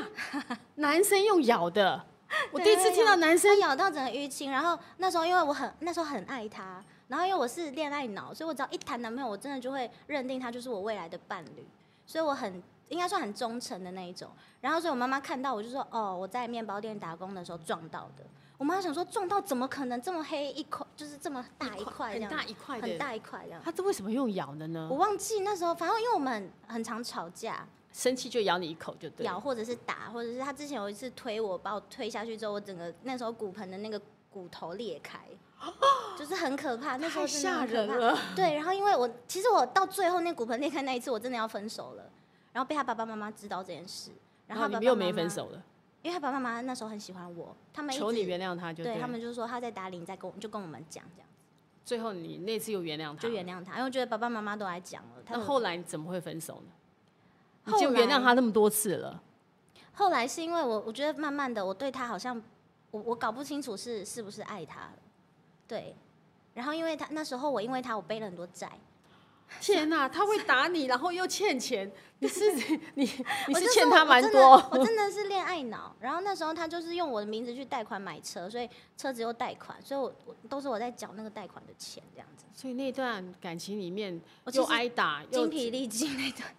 Speaker 2: 男生用咬 的，我
Speaker 1: 对
Speaker 2: 第一次听到
Speaker 1: 他
Speaker 2: 男生
Speaker 1: 咬到整个淤青。然后那时候因为我很那时候很爱他，然后因为我是恋爱脑，所以我只要一谈男朋友，我真的就会认定他就是我未来的伴侣，所以我很应该算很忠诚的那一种。然后所以我妈妈看到我就说：“哦，我在面包店打工的时候撞到的。”我妈想说撞到怎么可能这么黑一块，就是这么大一块这
Speaker 2: 很
Speaker 1: 样，
Speaker 2: 大一
Speaker 1: 很
Speaker 2: 块的，嗯哦
Speaker 1: 大一块这样。
Speaker 2: 他这为什么用咬的呢
Speaker 1: 我？忘记那时候，反正因为我们很常吵架，
Speaker 2: 生气就咬你一口就对了。
Speaker 1: 咬或者是打，或者是他之前有一次推我，把我推下去之后，我整个那时候骨盆的那个骨头裂 开，就是很可怕。那时候
Speaker 2: 太
Speaker 1: 真的
Speaker 2: 吓
Speaker 1: 很可
Speaker 2: 人啊
Speaker 1: 怕。
Speaker 2: 了。
Speaker 1: 对，然后因为我其实我到最后那骨盆裂开那一次，我真的要分手了，然后被他爸爸妈妈知道这件事，
Speaker 2: 然
Speaker 1: 后
Speaker 2: 后
Speaker 1: 他爸
Speaker 2: 啊你
Speaker 1: 爸
Speaker 2: 们又
Speaker 1: 妈
Speaker 2: 没
Speaker 1: 妈
Speaker 2: 分，手了，
Speaker 1: 因为他爸爸妈妈那时候很喜欢我，他们一
Speaker 2: 求你
Speaker 1: 直
Speaker 2: 原谅他就
Speaker 1: 对
Speaker 2: 了
Speaker 1: 他们就说他在打理，你再跟我就跟我们讲这样，
Speaker 2: 最后你那次又原谅他，
Speaker 1: 就原谅他，因为我觉得爸爸妈妈都来讲了，他
Speaker 2: 那
Speaker 1: 们
Speaker 2: 后来你怎么会分手呢？你
Speaker 1: 后
Speaker 2: 就原谅
Speaker 1: 来
Speaker 2: 他那么多次了，
Speaker 1: 后来是因为我，我觉得慢慢的，我对他好像，我我搞不清楚是是不是爱他了，对。然后因为他那时候我因为他我背了很多债，
Speaker 2: 天哪、他会打你，然后又欠钱，你是你你
Speaker 1: 我
Speaker 2: 是
Speaker 1: 就
Speaker 2: 欠
Speaker 1: 说
Speaker 2: 他
Speaker 1: 我
Speaker 2: 蛮
Speaker 1: 真的
Speaker 2: 多。
Speaker 1: 我真的是恋爱脑。然后那时候他就是用我的名字去贷款买车，所以车子又贷款，所以我我都是我在缴那个贷款的钱这样子。
Speaker 2: 所以那段感情里面
Speaker 1: 我哦其
Speaker 2: 又
Speaker 1: 实
Speaker 2: 挨打，又
Speaker 1: 精疲力尽那段，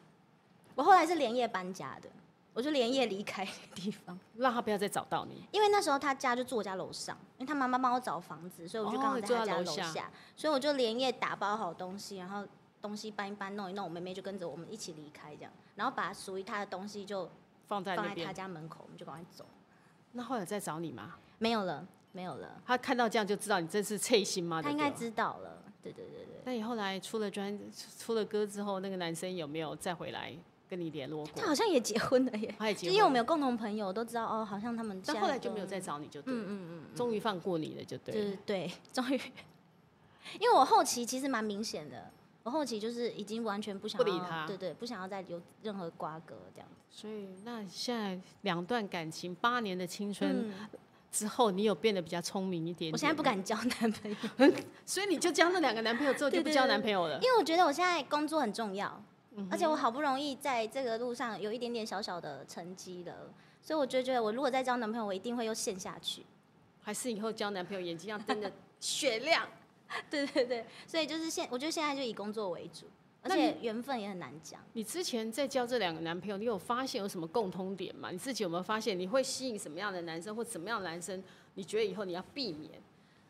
Speaker 1: 我后来是连夜搬家的，我就连夜离开地方。
Speaker 2: 让他不要再找到你。
Speaker 1: 因为那时候他家就住我家楼上，因为他妈妈帮我找房子，所以我就刚好在
Speaker 2: 哦
Speaker 1: 他家
Speaker 2: 住他楼
Speaker 1: 楼
Speaker 2: 下
Speaker 1: 下，所以我就连夜打包好东西，然后东西搬一搬弄一弄，我妹妹就跟着我们一起离开这样，然后把属于她的东西就
Speaker 2: 放在
Speaker 1: 放在她
Speaker 2: 那边，
Speaker 1: 家门口，我们就赶快走。
Speaker 2: 那后来再找你吗？
Speaker 1: 没有了，没有了，
Speaker 2: 他看到这样就知道你这是脆心吗？
Speaker 1: 他应
Speaker 2: 就对
Speaker 1: 该
Speaker 2: 了。
Speaker 1: 知道了。对对对对，
Speaker 2: 那你后来出了专出了歌之后，那个男生有没有再回来跟你联络过
Speaker 1: 他？好像也结婚了耶，
Speaker 2: 他也
Speaker 1: 就
Speaker 2: 结
Speaker 1: 因为我
Speaker 2: 婚，
Speaker 1: 们有共同朋友，我都知道哦，好像他们
Speaker 2: 但
Speaker 1: 现
Speaker 2: 后
Speaker 1: 在
Speaker 2: 来就
Speaker 1: 都
Speaker 2: 没有再找你就对了。
Speaker 1: 嗯嗯嗯，
Speaker 2: 终于放过你了，就对了。
Speaker 1: 对对， 终于，因为我后期其实蛮明显的，我后期就是已经完全不想
Speaker 2: 不理
Speaker 1: 要
Speaker 2: 他
Speaker 1: 对对，不想要再有任何瓜葛这样子。
Speaker 2: 所以，那现在两段感情，八年的青春
Speaker 1: 嗯，
Speaker 2: 之后，你有变得比较聪明一点点
Speaker 1: 我现在不。敢交男朋友，
Speaker 2: 所以你就交那两个男朋友之后，
Speaker 1: 对
Speaker 2: 就不交男朋友了
Speaker 1: 因。为我觉得我现在工作
Speaker 2: 嗯
Speaker 1: 很重要，而且我好不容易在这个路上有一点点小小的成绩了，所以我就觉得，我如果再交男朋友，我一定会又陷下去。
Speaker 2: 还是以后交男朋友眼睛要盯着雪亮。
Speaker 1: 对对对，所以就是现，我觉得现在就以工作为主，而
Speaker 2: 那你
Speaker 1: 且缘分也很难讲。
Speaker 2: 你之前在交这两个男朋友，你有发现有什么共通点吗？你自己有没有发现你会吸引什么样的男生，或怎么样的男生？你觉得以后你要避免？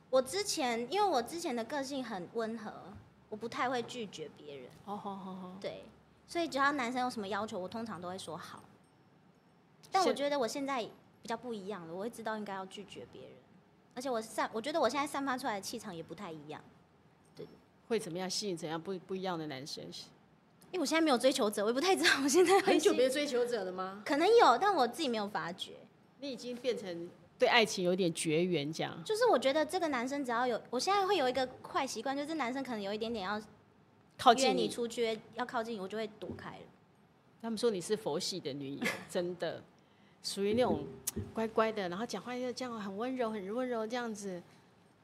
Speaker 1: 我之前因为我之前的个性很温和，我不太会拒绝别人，
Speaker 2: 好哦好好好，
Speaker 1: 对，所以只要男生有什么要求，我通常都会说好。但我
Speaker 2: 现
Speaker 1: 觉得我现在比较不一样了，我会知道应该要拒绝别人，而且我散，我觉得我现在散发出来的气场也不太一样。
Speaker 2: 会怎么样吸引怎样不不一样的男生？
Speaker 1: 因为我现在没有追求者，我也不太知道我现在
Speaker 2: 很久
Speaker 1: 有，
Speaker 2: 没追求者了吗？
Speaker 1: 可能有，但我自己没有发觉。
Speaker 2: 你已经变成对爱情有点绝缘这样。
Speaker 1: 就是我觉得这个男生只要有，我现在会有一个坏习惯，就是男生可能有一点点要
Speaker 2: 靠
Speaker 1: 约
Speaker 2: 近
Speaker 1: 你出去，要靠近你，我就会躲开了。
Speaker 2: 他们说你是佛系的女友， 真的，属于那种乖乖的，然后讲话又这样很温柔，很温柔这样子。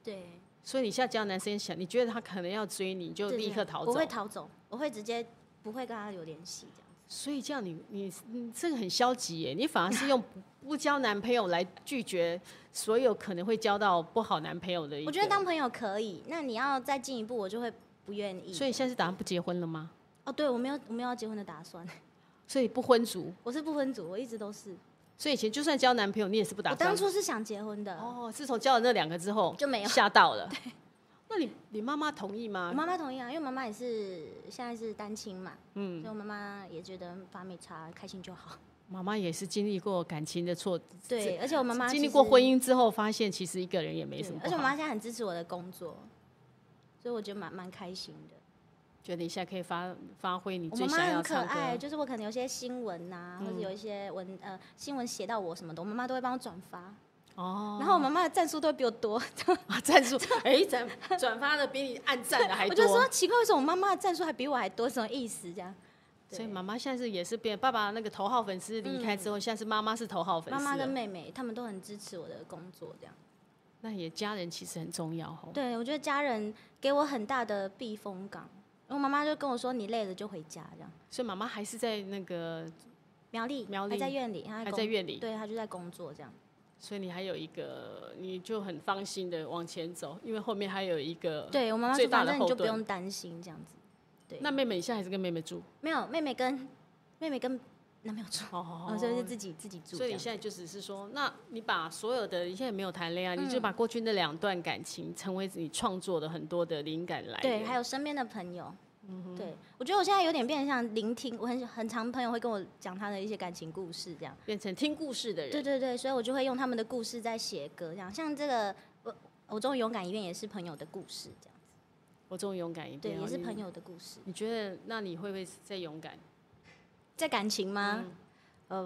Speaker 1: 对，
Speaker 2: 所以你现在叫男生想，你觉得他可能要追你，你就
Speaker 1: 对
Speaker 2: 立
Speaker 1: 对
Speaker 2: 刻逃
Speaker 1: 我
Speaker 2: 走
Speaker 1: 会。逃走，我会直接不会跟他有联系这样。
Speaker 2: 所以这样你你你这个很消极耶，你反而是用不不交男朋友来拒绝所有可能会交到不好男朋友的一个。
Speaker 1: 我觉得当朋友可以，那你要再进一步，我就会不愿意。
Speaker 2: 所以现在是打算不结婚了吗？
Speaker 1: 哦，对，我没有我没有要结婚的打算，
Speaker 2: 所以不婚族，
Speaker 1: 我是不婚族，我一直都是。
Speaker 2: 所以以前就算交男朋友，你也是不打
Speaker 1: 我
Speaker 2: 算。
Speaker 1: 当初是想结婚的，
Speaker 2: 哦，自从交了那两个之后
Speaker 1: 就没有
Speaker 2: 吓 到了。那你你妈妈同意吗
Speaker 1: 我？妈妈同意啊，因为妈妈也是现在是单亲嘛，嗯，所以我妈妈也觉得把没差，开心就好。
Speaker 2: 妈妈也是经历过感情的挫，
Speaker 1: 对，而且我妈妈
Speaker 2: 经
Speaker 1: 其
Speaker 2: 历
Speaker 1: 实
Speaker 2: 过婚姻之后，发现其实一个人也没什
Speaker 1: 对
Speaker 2: 么不
Speaker 1: 而且我妈
Speaker 2: 好。
Speaker 1: 现在很支持我的工作，所以我觉得蛮蛮开心的。
Speaker 2: 觉得你现在可以发发挥你
Speaker 1: 我
Speaker 2: 最
Speaker 1: 妈妈
Speaker 2: 想要
Speaker 1: 很可
Speaker 2: 唱歌。嗯
Speaker 1: 爱，就是我可能有些新闻呐、或者有一些文呃新闻写到我什么的，我妈妈都会帮我转发。
Speaker 2: 哦，
Speaker 1: 然后我妈妈的赞数都会比我多，
Speaker 2: 啊 赞助，哎，转转发的比你按赞的还
Speaker 1: 我
Speaker 2: 多。
Speaker 1: 就说奇怪，为什么我妈妈的赞数还比我还多，什么意思？这样，
Speaker 2: 所以妈妈现在是也是变爸爸那个头号粉丝离开之后，现在是妈妈是头号粉
Speaker 1: 妈
Speaker 2: 丝啊
Speaker 1: 妈
Speaker 2: 了。
Speaker 1: 跟妹妹他们都很支持我的工作，这样。
Speaker 2: 那也家人其实很重要哦。
Speaker 1: 对，我觉得家人给我很大的避风港。然后妈妈就跟我说：“你累了就回家。”这样，
Speaker 2: 所以妈妈还是在那个
Speaker 1: 苗栗，
Speaker 2: 苗栗
Speaker 1: 还在院里，她
Speaker 2: 还
Speaker 1: 工
Speaker 2: 在院里，
Speaker 1: 对，她就在工作这样。
Speaker 2: 所以你还有一个，你就很放心的往前走，因为后面还有一个。
Speaker 1: 对我妈妈
Speaker 2: 呃最
Speaker 1: 说：“
Speaker 2: 大
Speaker 1: 反
Speaker 2: 的
Speaker 1: 正你
Speaker 2: 后
Speaker 1: 就不
Speaker 2: 盾
Speaker 1: 用担心这样子。对
Speaker 2: 那妹妹你现在还是跟妹妹住？”
Speaker 1: 没有，妹妹跟妹妹跟男朋友住，
Speaker 2: 哦哦
Speaker 1: 嗯，所以是自己自己住
Speaker 2: 所
Speaker 1: 这
Speaker 2: 以你
Speaker 1: 样。
Speaker 2: 现在就只是说，那你把所有的，你现在没有谈恋爱，你就把过去那两段感情成为你创作的很多的灵感来源。嗯
Speaker 1: 对，还有身边的朋友。对，我觉得我现在有点变得像聆听，我很很常朋友会跟我讲他的一些感情故事这样。
Speaker 2: 变成听故事的
Speaker 1: 对
Speaker 2: 人。
Speaker 1: 对对，所以我就会用他们的故事在写歌，这样像这个我我终于勇敢一遍也是朋友的故事，这样
Speaker 2: 我终于勇敢一
Speaker 1: 对，
Speaker 2: 点、哦，
Speaker 1: 也是
Speaker 2: 你
Speaker 1: 朋。友的故事，
Speaker 2: 你觉得，那你会不会再勇敢？
Speaker 1: 在感情吗？嗯，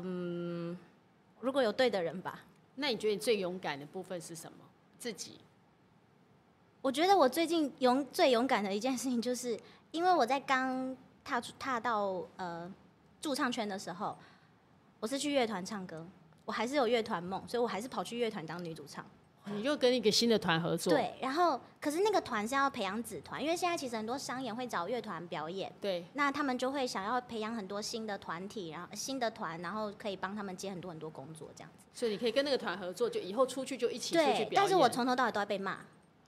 Speaker 1: 如果有对的人吧，
Speaker 2: 那你觉得你最勇敢的部分是什么？自己
Speaker 1: 我觉得我最近勇最勇敢的一件事情，就是因为我在刚踏出踏到呃驻唱圈的时候，我是去乐团唱歌，我还是有乐团梦，所以我还是跑去乐团当女主唱。
Speaker 2: 你又跟一个新的团合作，
Speaker 1: 对，然后可是那个团是要培养子团，因为现在其实很多商演会找乐团表演。
Speaker 2: 对
Speaker 1: 那他们就会想要培养很多新的团体，然后新的团，然后可以帮他们接很多很多工作这样子。
Speaker 2: 所以你可以跟那个团合作，就以后出去就一起出去表
Speaker 1: 对
Speaker 2: 演。，哦
Speaker 1: 但是我从头到尾都在被骂，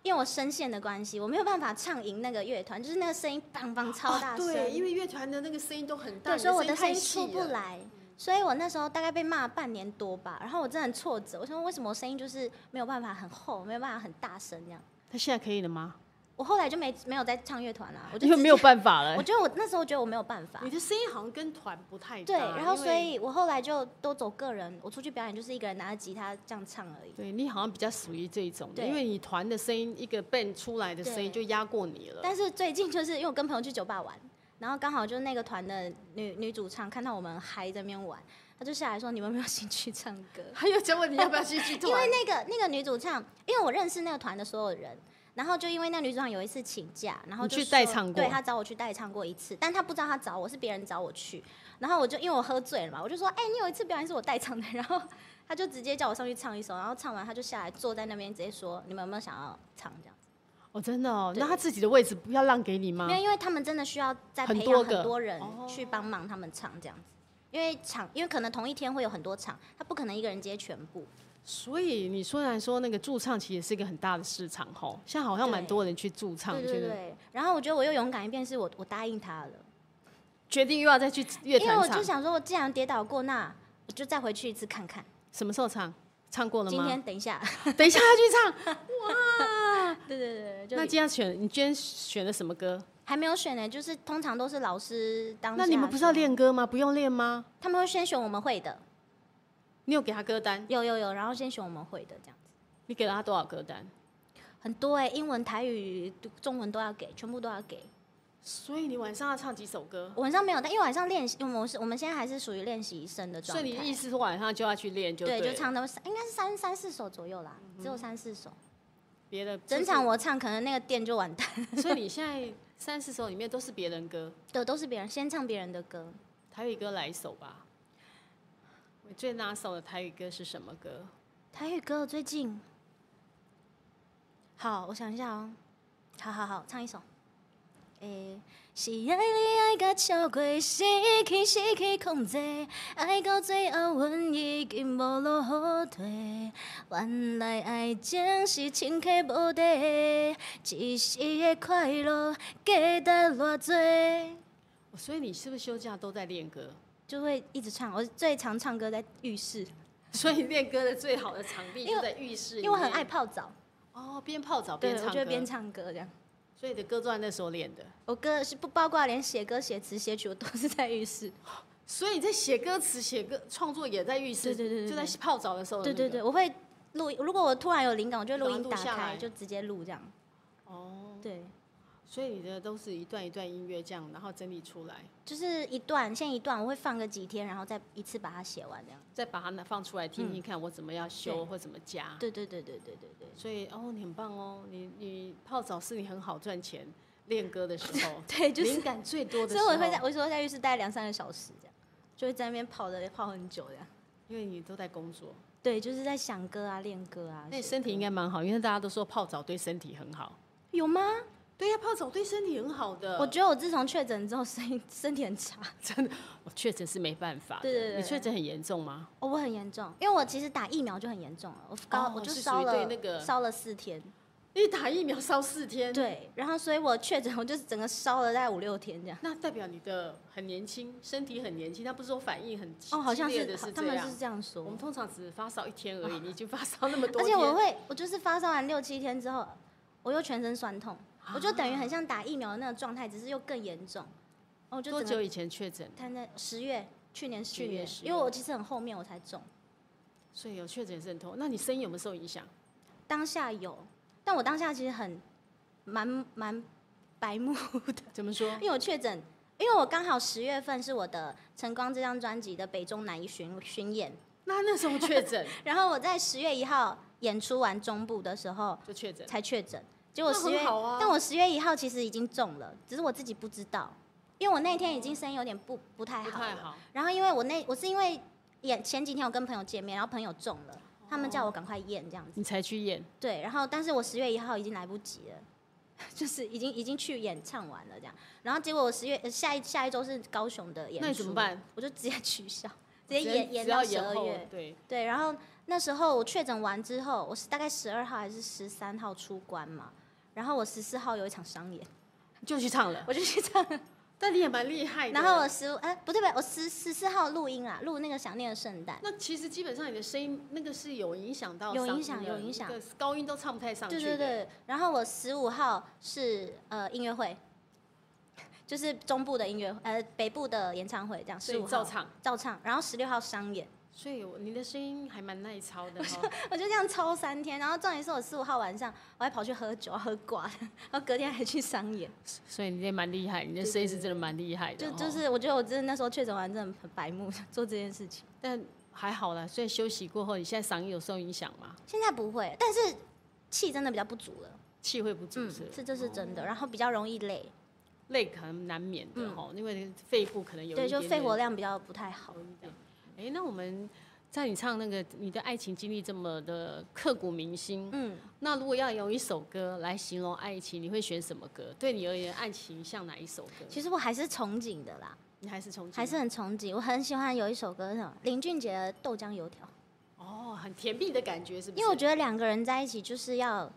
Speaker 1: 因为我声线的关系，我没有办法唱赢那个乐团，就是那个声音棒棒超大
Speaker 2: 啊
Speaker 1: 声、
Speaker 2: 对，因为乐团的那个声音都很大，
Speaker 1: 对，所以我
Speaker 2: 你的
Speaker 1: 的
Speaker 2: 声
Speaker 1: 声音出
Speaker 2: 音太细
Speaker 1: 不
Speaker 2: 了。
Speaker 1: 来，所以我那时候大概被骂半年多吧，然后我真的很挫折，我想说为什么我声音就是没有办法很厚，没有办法很大声这样。
Speaker 2: 他现在可以了吗？
Speaker 1: 我后来就没没有再唱乐团了，我就
Speaker 2: 因为
Speaker 1: 直
Speaker 2: 没有
Speaker 1: 接，
Speaker 2: 办法了
Speaker 1: 我。觉得我那时候觉得我没有办法
Speaker 2: 你，的声音好像跟团不太搭
Speaker 1: 对，然后
Speaker 2: 因
Speaker 1: 所
Speaker 2: 为
Speaker 1: 以我后来就都走个人，我出去表演就是一个人拿着吉他这样唱而已。
Speaker 2: 对你好像比较属于这一种的，
Speaker 1: 对
Speaker 2: 因为你团的声音一个 band 出来的声音就
Speaker 1: 对
Speaker 2: 压过你 了。
Speaker 1: 但是最近就是因为我跟朋友去酒吧玩，然后刚好就是那个团的女女主唱看到我们嗨在那边玩，她就下来说：“你们有没有兴趣唱 歌？”
Speaker 2: 还有结果你要不 要去去团？
Speaker 1: 因为那个那个女主唱，因为我认识那个团的所有人，然后就因为那女主唱有一次请假，然后就
Speaker 2: 你去
Speaker 1: 说
Speaker 2: 代唱过
Speaker 1: 对她找我去代唱过一次，但她不知道她找我是别人找我去，然后我就因为我喝醉了嘛，我就说，哎、你有一次表演是我代唱的， 然后她就直接叫我上去唱一首，然后唱完她就下来坐在那边直接说，你们有没有想要唱这样？
Speaker 2: 哦，真的哦，
Speaker 1: 对
Speaker 2: 那他自己的位置不要让给你吗
Speaker 1: 没？有，因为他们真的需要再
Speaker 2: 嗯很
Speaker 1: 培
Speaker 2: 多
Speaker 1: 养
Speaker 2: 个哦
Speaker 1: 很多人去帮忙他们唱这样子。因为场，因为可能同一天会有很多场，他不可能一个人接全部。
Speaker 2: 所以你虽然说那个驻唱其实也是一个很大的市场吼，现在好像蛮
Speaker 1: 对
Speaker 2: 多人去驻唱，
Speaker 1: 对
Speaker 2: 觉
Speaker 1: 对
Speaker 2: 得
Speaker 1: 对。然后我觉得我又勇敢一遍，是我我答应他了，
Speaker 2: 决定又要再去乐
Speaker 1: 因为
Speaker 2: 团
Speaker 1: 我就
Speaker 2: 唱，
Speaker 1: 想说，我既然跌倒过，那我就再回去一次看看。
Speaker 2: 什么时候唱？唱过了
Speaker 1: 今
Speaker 2: 吗？
Speaker 1: 天等一下，
Speaker 2: 等一下要去唱。
Speaker 1: 对对对，对
Speaker 2: 那
Speaker 1: 就
Speaker 2: 今天选你今天选的什么歌？
Speaker 1: 还没有选呢，就是通常都是老师当下
Speaker 2: 那你们不是要练歌吗？不用练吗？
Speaker 1: 选，他们会先选我们会的，
Speaker 2: 你有给他歌单？
Speaker 1: 有有有，然后先选我们会的这样子，
Speaker 2: 你给了他多少歌单？
Speaker 1: 很多哎、英文、台语、中文都要给，全部都要给。
Speaker 2: 所以你晚上要唱几首歌？
Speaker 1: 晚上没有，但因为晚上练习，因为我们是我们现在还是属于练习生的状
Speaker 2: 所
Speaker 1: 态，
Speaker 2: 以你意思是晚上就要去练就
Speaker 1: 对，
Speaker 2: 了
Speaker 1: 就唱到三应该是三三四首左右啦，只有三四首。
Speaker 2: 别的
Speaker 1: 整场。我唱，可能那个店就完蛋。
Speaker 2: 就是 所以你现在三四首里面都是别人歌，
Speaker 1: 对，都是别人先唱别人的歌。
Speaker 2: 台语歌来一首吧。我最拿手的台语歌是什么歌？
Speaker 1: 台语歌最近，好，我想一下哦。好好好，唱一首。诶、是爱你爱甲超过，失去失去控制，爱到最后，阮已经无路好退。原来爱情是深刻无底，一时的快乐价值偌多。
Speaker 2: 所以你是不是休假都在练歌？
Speaker 1: 就会一直唱，我最常唱歌在浴室，
Speaker 2: 所以练歌的最好的场地
Speaker 1: 因为
Speaker 2: 就在浴室里面，
Speaker 1: 因为我很爱泡澡，
Speaker 2: 哦，边泡澡
Speaker 1: 对
Speaker 2: 边，
Speaker 1: 我
Speaker 2: 唱
Speaker 1: 就会
Speaker 2: 歌，
Speaker 1: 边唱歌这样。
Speaker 2: 所以你的歌都在那时候练的。
Speaker 1: 我歌是不包括连写歌、写词、写曲，我都是在浴室。
Speaker 2: 所以你在写歌词、写歌创作也在浴室，
Speaker 1: 对对对对
Speaker 2: 就在泡澡的时候、
Speaker 1: 对对对，，我会录音。如果我突然有灵感，我就录音打
Speaker 2: 把它录下来
Speaker 1: 开，就直接录这样。
Speaker 2: 哦，
Speaker 1: 对，
Speaker 2: 所以你的都是一段一段音乐这样，然后整理出来，
Speaker 1: 就是一段先一段，我会放个几天，然后再一次把它写完这样。
Speaker 2: 再把它拿放出来听听看，我怎么要修
Speaker 1: 嗯对
Speaker 2: 或怎么加。
Speaker 1: 对对对对对对对。，
Speaker 2: 所以哦，你很棒哦，你你泡澡是你很好赚钱，练歌的时候
Speaker 1: 对就是
Speaker 2: 灵感最多的
Speaker 1: 所以
Speaker 2: 时候，
Speaker 1: 我会在，我说在浴室待两三个小时这样，就会在那边泡的泡很久这样。
Speaker 2: 因为你都在工作，
Speaker 1: 对，就是在想歌啊、练歌啊。
Speaker 2: 那你
Speaker 1: 写
Speaker 2: 身体
Speaker 1: 歌
Speaker 2: 应该蛮好，因为大家都说泡澡对身体很好。
Speaker 1: 有吗？
Speaker 2: 对呀、泡澡对身体很好的。
Speaker 1: 我觉得我自从确诊之后，声音身体很差。
Speaker 2: 我确诊是没办法的。
Speaker 1: 对对对
Speaker 2: 你确诊很严重吗？
Speaker 1: 哦，我很严重，因为我其实打疫苗就很严重了，我高、
Speaker 2: 哦
Speaker 1: 我就是
Speaker 2: 属于
Speaker 1: 烧了
Speaker 2: 对那个嗯
Speaker 1: 烧了四天，
Speaker 2: 你打疫苗烧四天，，
Speaker 1: 对，然后所以我确诊，我就是整个烧了大概五六天这样。
Speaker 2: 那代表你的很年轻，身体很年轻。他不是说反应很
Speaker 1: 哦，好像
Speaker 2: 激烈
Speaker 1: 是
Speaker 2: 的是
Speaker 1: 他
Speaker 2: 这
Speaker 1: 们
Speaker 2: 样
Speaker 1: 是。这样
Speaker 2: 我们
Speaker 1: 说，
Speaker 2: 通常只发烧一天而 已，你已经发烧那么多
Speaker 1: 而
Speaker 2: 天，
Speaker 1: 且我会，我就是发烧完六七天之后，我又全身酸痛，
Speaker 2: 啊
Speaker 1: 我就等于很像打疫苗的那个状态，只是又更严重。哦，我就
Speaker 2: 多
Speaker 1: 整个
Speaker 2: 久以前确诊？
Speaker 1: 瘫在十月，去年十
Speaker 2: 去年
Speaker 1: 月，
Speaker 2: 10
Speaker 1: 因为
Speaker 2: 月
Speaker 1: 我其实很后面我才中，
Speaker 2: 所以有确诊认同，那你声音有没有受影 响？
Speaker 1: 当下有，但我当下其实很蛮蛮白目
Speaker 2: 怎么说？
Speaker 1: 因为我确诊，因为我刚好十月份是我的《晨光》这张专辑的北中南一巡巡演，
Speaker 2: 那那时候确诊
Speaker 1: 然后我在十月一号演出完中部的时候
Speaker 2: 就确诊，
Speaker 1: 才确诊，结果
Speaker 2: 那
Speaker 1: 十月，
Speaker 2: 很好啊
Speaker 1: 但我十月一号其实已经中了，只是我自己不知道，因为我那天已经声音有点不不太
Speaker 2: 不
Speaker 1: 好
Speaker 2: 太
Speaker 1: 了，
Speaker 2: 好。
Speaker 1: 然后因为我那我是因为演前几天我跟朋友见面，然后朋友中了。他们叫我赶快验这样子，
Speaker 2: 你才去验，
Speaker 1: 对，然后但是我十月一号已经来不及了， 就是已经已经去演唱完了这样，然后结果我十月呃下一下一周是高雄的演出，
Speaker 2: 那你怎么？办？
Speaker 1: 我就直接取消，直接
Speaker 2: 只
Speaker 1: 延
Speaker 2: 只要
Speaker 1: 到十
Speaker 2: 延
Speaker 1: 二
Speaker 2: 后
Speaker 1: 月。
Speaker 2: 对，
Speaker 1: 对，然后那时候我确诊完之后，我是大概十二号还是十三号出关嘛，然后我十四号有一场商 演，
Speaker 2: 就去唱了。
Speaker 1: 我就去唱，
Speaker 2: 但你也蛮厉害的。
Speaker 1: 然后我十哎不对不对，我十十四号录音啦，录那个想念的圣诞。
Speaker 2: 那其实基本上你的声音那个是有影响到
Speaker 1: 有
Speaker 2: 嗓
Speaker 1: 影
Speaker 2: 子
Speaker 1: 响
Speaker 2: 的
Speaker 1: 有影
Speaker 2: 那
Speaker 1: 响
Speaker 2: 个高音都唱不太上去。
Speaker 1: 对对，对，然后我十五号是呃音乐会，就是中部的音乐呃北部的演唱会这样，
Speaker 2: 所
Speaker 1: 十五
Speaker 2: 以
Speaker 1: 号
Speaker 2: 照唱。
Speaker 1: 照唱，然后十六号商演，
Speaker 2: 所以我你的声音还蛮耐操的哈、
Speaker 1: 我就这样抽三天，然后重点是我十五号晚上我还跑去喝酒喝挂， 然后隔天还去商演，
Speaker 2: 所以你也蛮厉害，你的
Speaker 1: 对
Speaker 2: 声音是真的蛮厉害的、
Speaker 1: 就
Speaker 2: 哦。
Speaker 1: 就，是我觉得我真的那时候确诊完真的很白目 做这件事情，
Speaker 2: 但还好啦。所以休息过后，你现在嗓音有受影响吗？
Speaker 1: 现在不会，但是气真的比较不足了，
Speaker 2: 气会不足
Speaker 1: 嗯
Speaker 2: 是不哦是？
Speaker 1: 是这是真的，然后比较容易累，
Speaker 2: 累可能难免的哈、因为肺部可能有一
Speaker 1: 嗯对，
Speaker 2: 点
Speaker 1: 就
Speaker 2: 点
Speaker 1: 肺活量比较不太好，
Speaker 2: 哎、那我们在你唱那个你的爱情经历这么的刻骨铭心，
Speaker 1: 嗯。
Speaker 2: 那如果要用一首歌来形容爱情，你会选什么歌？对你而言，爱情像哪一首歌？
Speaker 1: 其实我还是憧憬的啦，
Speaker 2: 你还是憧憬，
Speaker 1: 还是很憧憬。我很喜欢有一首歌，什么林俊杰的《豆浆油条》，
Speaker 2: 哦，很甜蜜的感觉，是不是？
Speaker 1: 因为我觉得两个人在一起就是要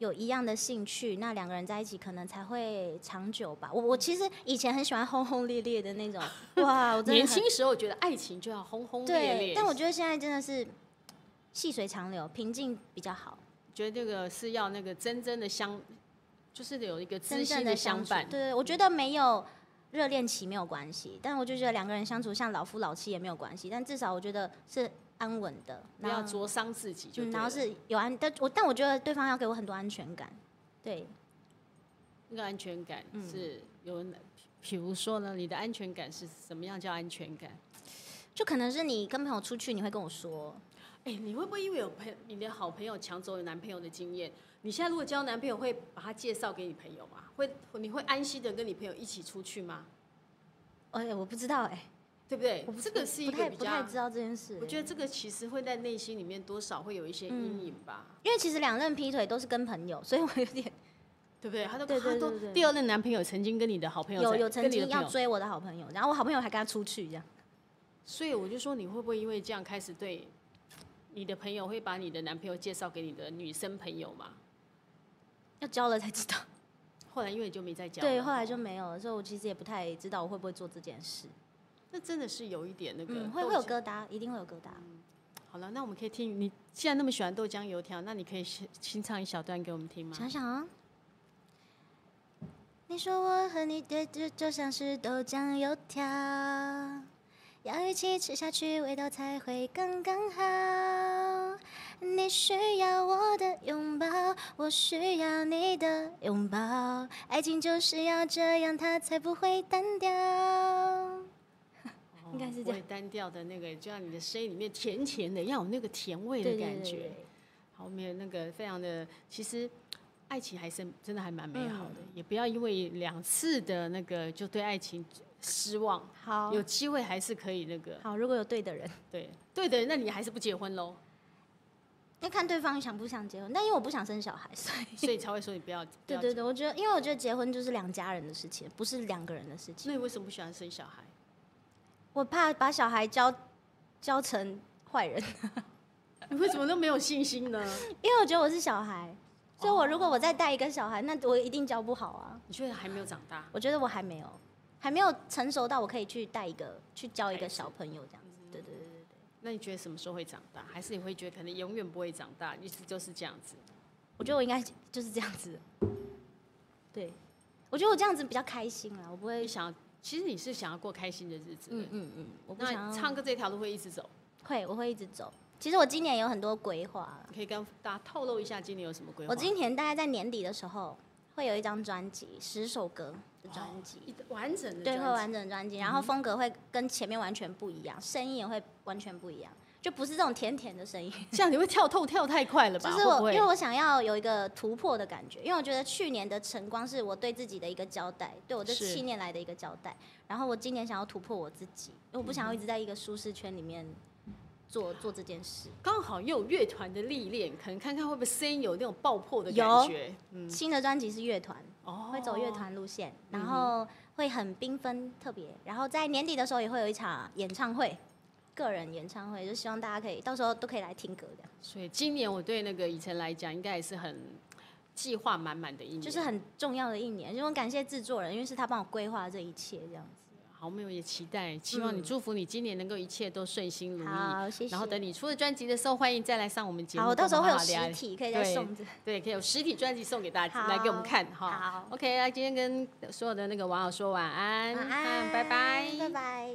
Speaker 1: 有一样的兴趣，那两个人在一起可能才会长久吧。我我其实以前很喜欢轰轰烈烈的那 种，哇，我真的很
Speaker 2: 年轻时候觉得爱情就要轰轰烈
Speaker 1: 对
Speaker 2: 烈，，
Speaker 1: 但我觉得现在真的是细水长流，平静比较好，
Speaker 2: 觉得那个是要那个真正的相，就是有一个知
Speaker 1: 真
Speaker 2: 心
Speaker 1: 正的
Speaker 2: 相
Speaker 1: 处
Speaker 2: 伴。
Speaker 1: 对，我觉得没有热恋期没有关系，但我就觉得两个人相处像老夫老妻也没有关系，但至少我觉得是安稳的，
Speaker 2: 不
Speaker 1: 然
Speaker 2: 要
Speaker 1: 后
Speaker 2: 灼伤自己就对
Speaker 1: 嗯，
Speaker 2: 了、
Speaker 1: 然后是有安，但我但我觉得对方要给我很多安全感，对，
Speaker 2: 那个安全感
Speaker 1: 嗯
Speaker 2: 是有哪，比如说呢，你的安全感是什么样叫安全感？
Speaker 1: 就可能是你跟朋友出去，你会跟我说，
Speaker 2: 哎、你会不会因为有朋你的好朋友抢走你男朋友的经验？你现在如果交男朋友，会把他介绍给你朋友吗？会，你会安心的跟你朋友一起出去吗？
Speaker 1: 哎、我不知道哎、
Speaker 2: 对不对
Speaker 1: 我？不
Speaker 2: 这个是一
Speaker 1: 不
Speaker 2: 个
Speaker 1: 太
Speaker 2: 比
Speaker 1: 不太
Speaker 2: 较，
Speaker 1: 知道这件事、
Speaker 2: 我觉得这个其实会在内心里面多少会有一些阴影吧，
Speaker 1: 因为其实两任劈腿都是跟朋友，所以我有点
Speaker 2: 对不对？他都
Speaker 1: 对对
Speaker 2: 他
Speaker 1: 对
Speaker 2: 都
Speaker 1: 对
Speaker 2: 第二任男朋友曾经跟你的好朋友
Speaker 1: 有
Speaker 2: 在
Speaker 1: 有
Speaker 2: 跟
Speaker 1: 曾
Speaker 2: 你的
Speaker 1: 经
Speaker 2: 朋
Speaker 1: 要
Speaker 2: 友
Speaker 1: 追我的好朋友，然后我好朋友还跟他出去这样。
Speaker 2: 所以我就说，你会不会因为这样开始对你的朋友会把你的男朋友介绍给你的女生朋友嘛？
Speaker 1: 要交了才知道。
Speaker 2: 后来因为你就没再交哦了，
Speaker 1: 对，后来就没有了，所以我其实也不太知道我会不会做这件事。
Speaker 2: 那真的是有一点那个，
Speaker 1: 嗯，会
Speaker 2: 豆
Speaker 1: 会有
Speaker 2: 浆
Speaker 1: 疙瘩，一定会有疙瘩。
Speaker 2: 好了，那我们可以听你既然那么喜欢豆浆油条，那你可以先清唱一小段给我们听吗？
Speaker 1: 想想啊，你说我和你的就就像是豆浆油条，要一起吃下去，味道才会刚刚好。你需要我的拥抱，我需要你的拥抱，爱情就是要这样，它才不会单调。
Speaker 2: 哦
Speaker 1: 应该是这样
Speaker 2: 不会单调的那个，就像你的声音里面甜甜的，要有那个甜味的感觉。好，我们有那个非常的，其实爱情还是真的还蛮美好的，
Speaker 1: 嗯
Speaker 2: 也不要因为两次的那个就对爱情失望。
Speaker 1: 好
Speaker 2: 有机会还是可以那个，
Speaker 1: 好，如果有对的人。
Speaker 2: 对对的，那你还是不结婚 喽，
Speaker 1: 要看对方想不想结婚，但因为我不想生小孩，所以
Speaker 2: 所以才会说你不要。不
Speaker 1: 对
Speaker 2: 要
Speaker 1: 对对，我觉得，因为我觉得结婚就是两家人的事情，不是两个人的事情。
Speaker 2: 那你为什么不喜欢生小孩？
Speaker 1: 我怕把小孩教教成坏人，
Speaker 2: 你为什么都没有信心呢？
Speaker 1: 因为我觉得我是小孩，所以我如果我再带一个小孩，那我一定教不好啊。
Speaker 2: 你觉得还没有长大？
Speaker 1: 我觉得我还没有，还没有成熟到我可以去带一个去教一个小朋友这样子。对对对对对，
Speaker 2: 那你觉得什么时候会长大？还是你会觉得可能永远不会长大，一直就是这样子？
Speaker 1: 我觉得我应该就是这样子。对，我觉得我这样子比较开心啦，我不
Speaker 2: 你
Speaker 1: 会。
Speaker 2: 想要，其实你是想要过开心的日子的。
Speaker 1: 嗯嗯嗯，我不想
Speaker 2: 那
Speaker 1: 要
Speaker 2: 唱歌这条路会一直走，
Speaker 1: 会，我会一直走。其实我今年有很多规划，
Speaker 2: 你可以跟大家透露一下今年有什么规划？
Speaker 1: 我今年大概在年底的时候会有一张专辑，十首歌的专辑，
Speaker 2: 一完整的
Speaker 1: 对，会
Speaker 2: 哦专辑嗯
Speaker 1: 完整的专辑，然后风格会跟前面完全不一样，声音也会完全不一样，就不是这种甜甜的声音，
Speaker 2: 这样你会跳痛跳太快了吧？
Speaker 1: 就是
Speaker 2: 会
Speaker 1: 我
Speaker 2: 不会
Speaker 1: 因为我想要有一个突破的感觉，因为我觉得去年的晨光是我对自己的一个交代，对我这
Speaker 2: 是
Speaker 1: 七年来的一个交代，然后我今年想要突破我自己，因为我不想要一直在一个舒适圈里面做做这件事。
Speaker 2: 刚好又有乐团的历练，可能看看会不会声音有那种爆破的
Speaker 1: 有
Speaker 2: 感觉。嗯
Speaker 1: 新的专辑是乐团。
Speaker 2: 哦嗯
Speaker 1: 会走乐。团路线，然后会很缤纷特别，然后在年底的时候也会有一场演唱会，个人演唱会，就希望大家可以到时候都可以来听歌的，
Speaker 2: 所以今年我对那个以晨来讲，应该也是很计划满满的一年。
Speaker 1: 就是很重要的一年，就我感谢制作人，因为是他帮我规划这一切这样子。
Speaker 2: 好，我们也期待，希望你
Speaker 1: 嗯
Speaker 2: 祝福你今年能够一切都顺心如意。
Speaker 1: 好，谢谢。
Speaker 2: 嗯然后等你出了专辑的时候，欢迎再来上我们节目。
Speaker 1: 好，我到时候会有
Speaker 2: 跟我们好好
Speaker 1: 实
Speaker 2: 聊
Speaker 1: 体可以再
Speaker 2: 啊对
Speaker 1: 送这。
Speaker 2: 对，可以有实体专辑送给大家，
Speaker 1: 好
Speaker 2: 来给我们看哈。
Speaker 1: 好，
Speaker 2: OK，那今天跟所有的那个网友说晚安，
Speaker 1: 晚安，
Speaker 2: 嗯拜拜，
Speaker 1: 拜拜。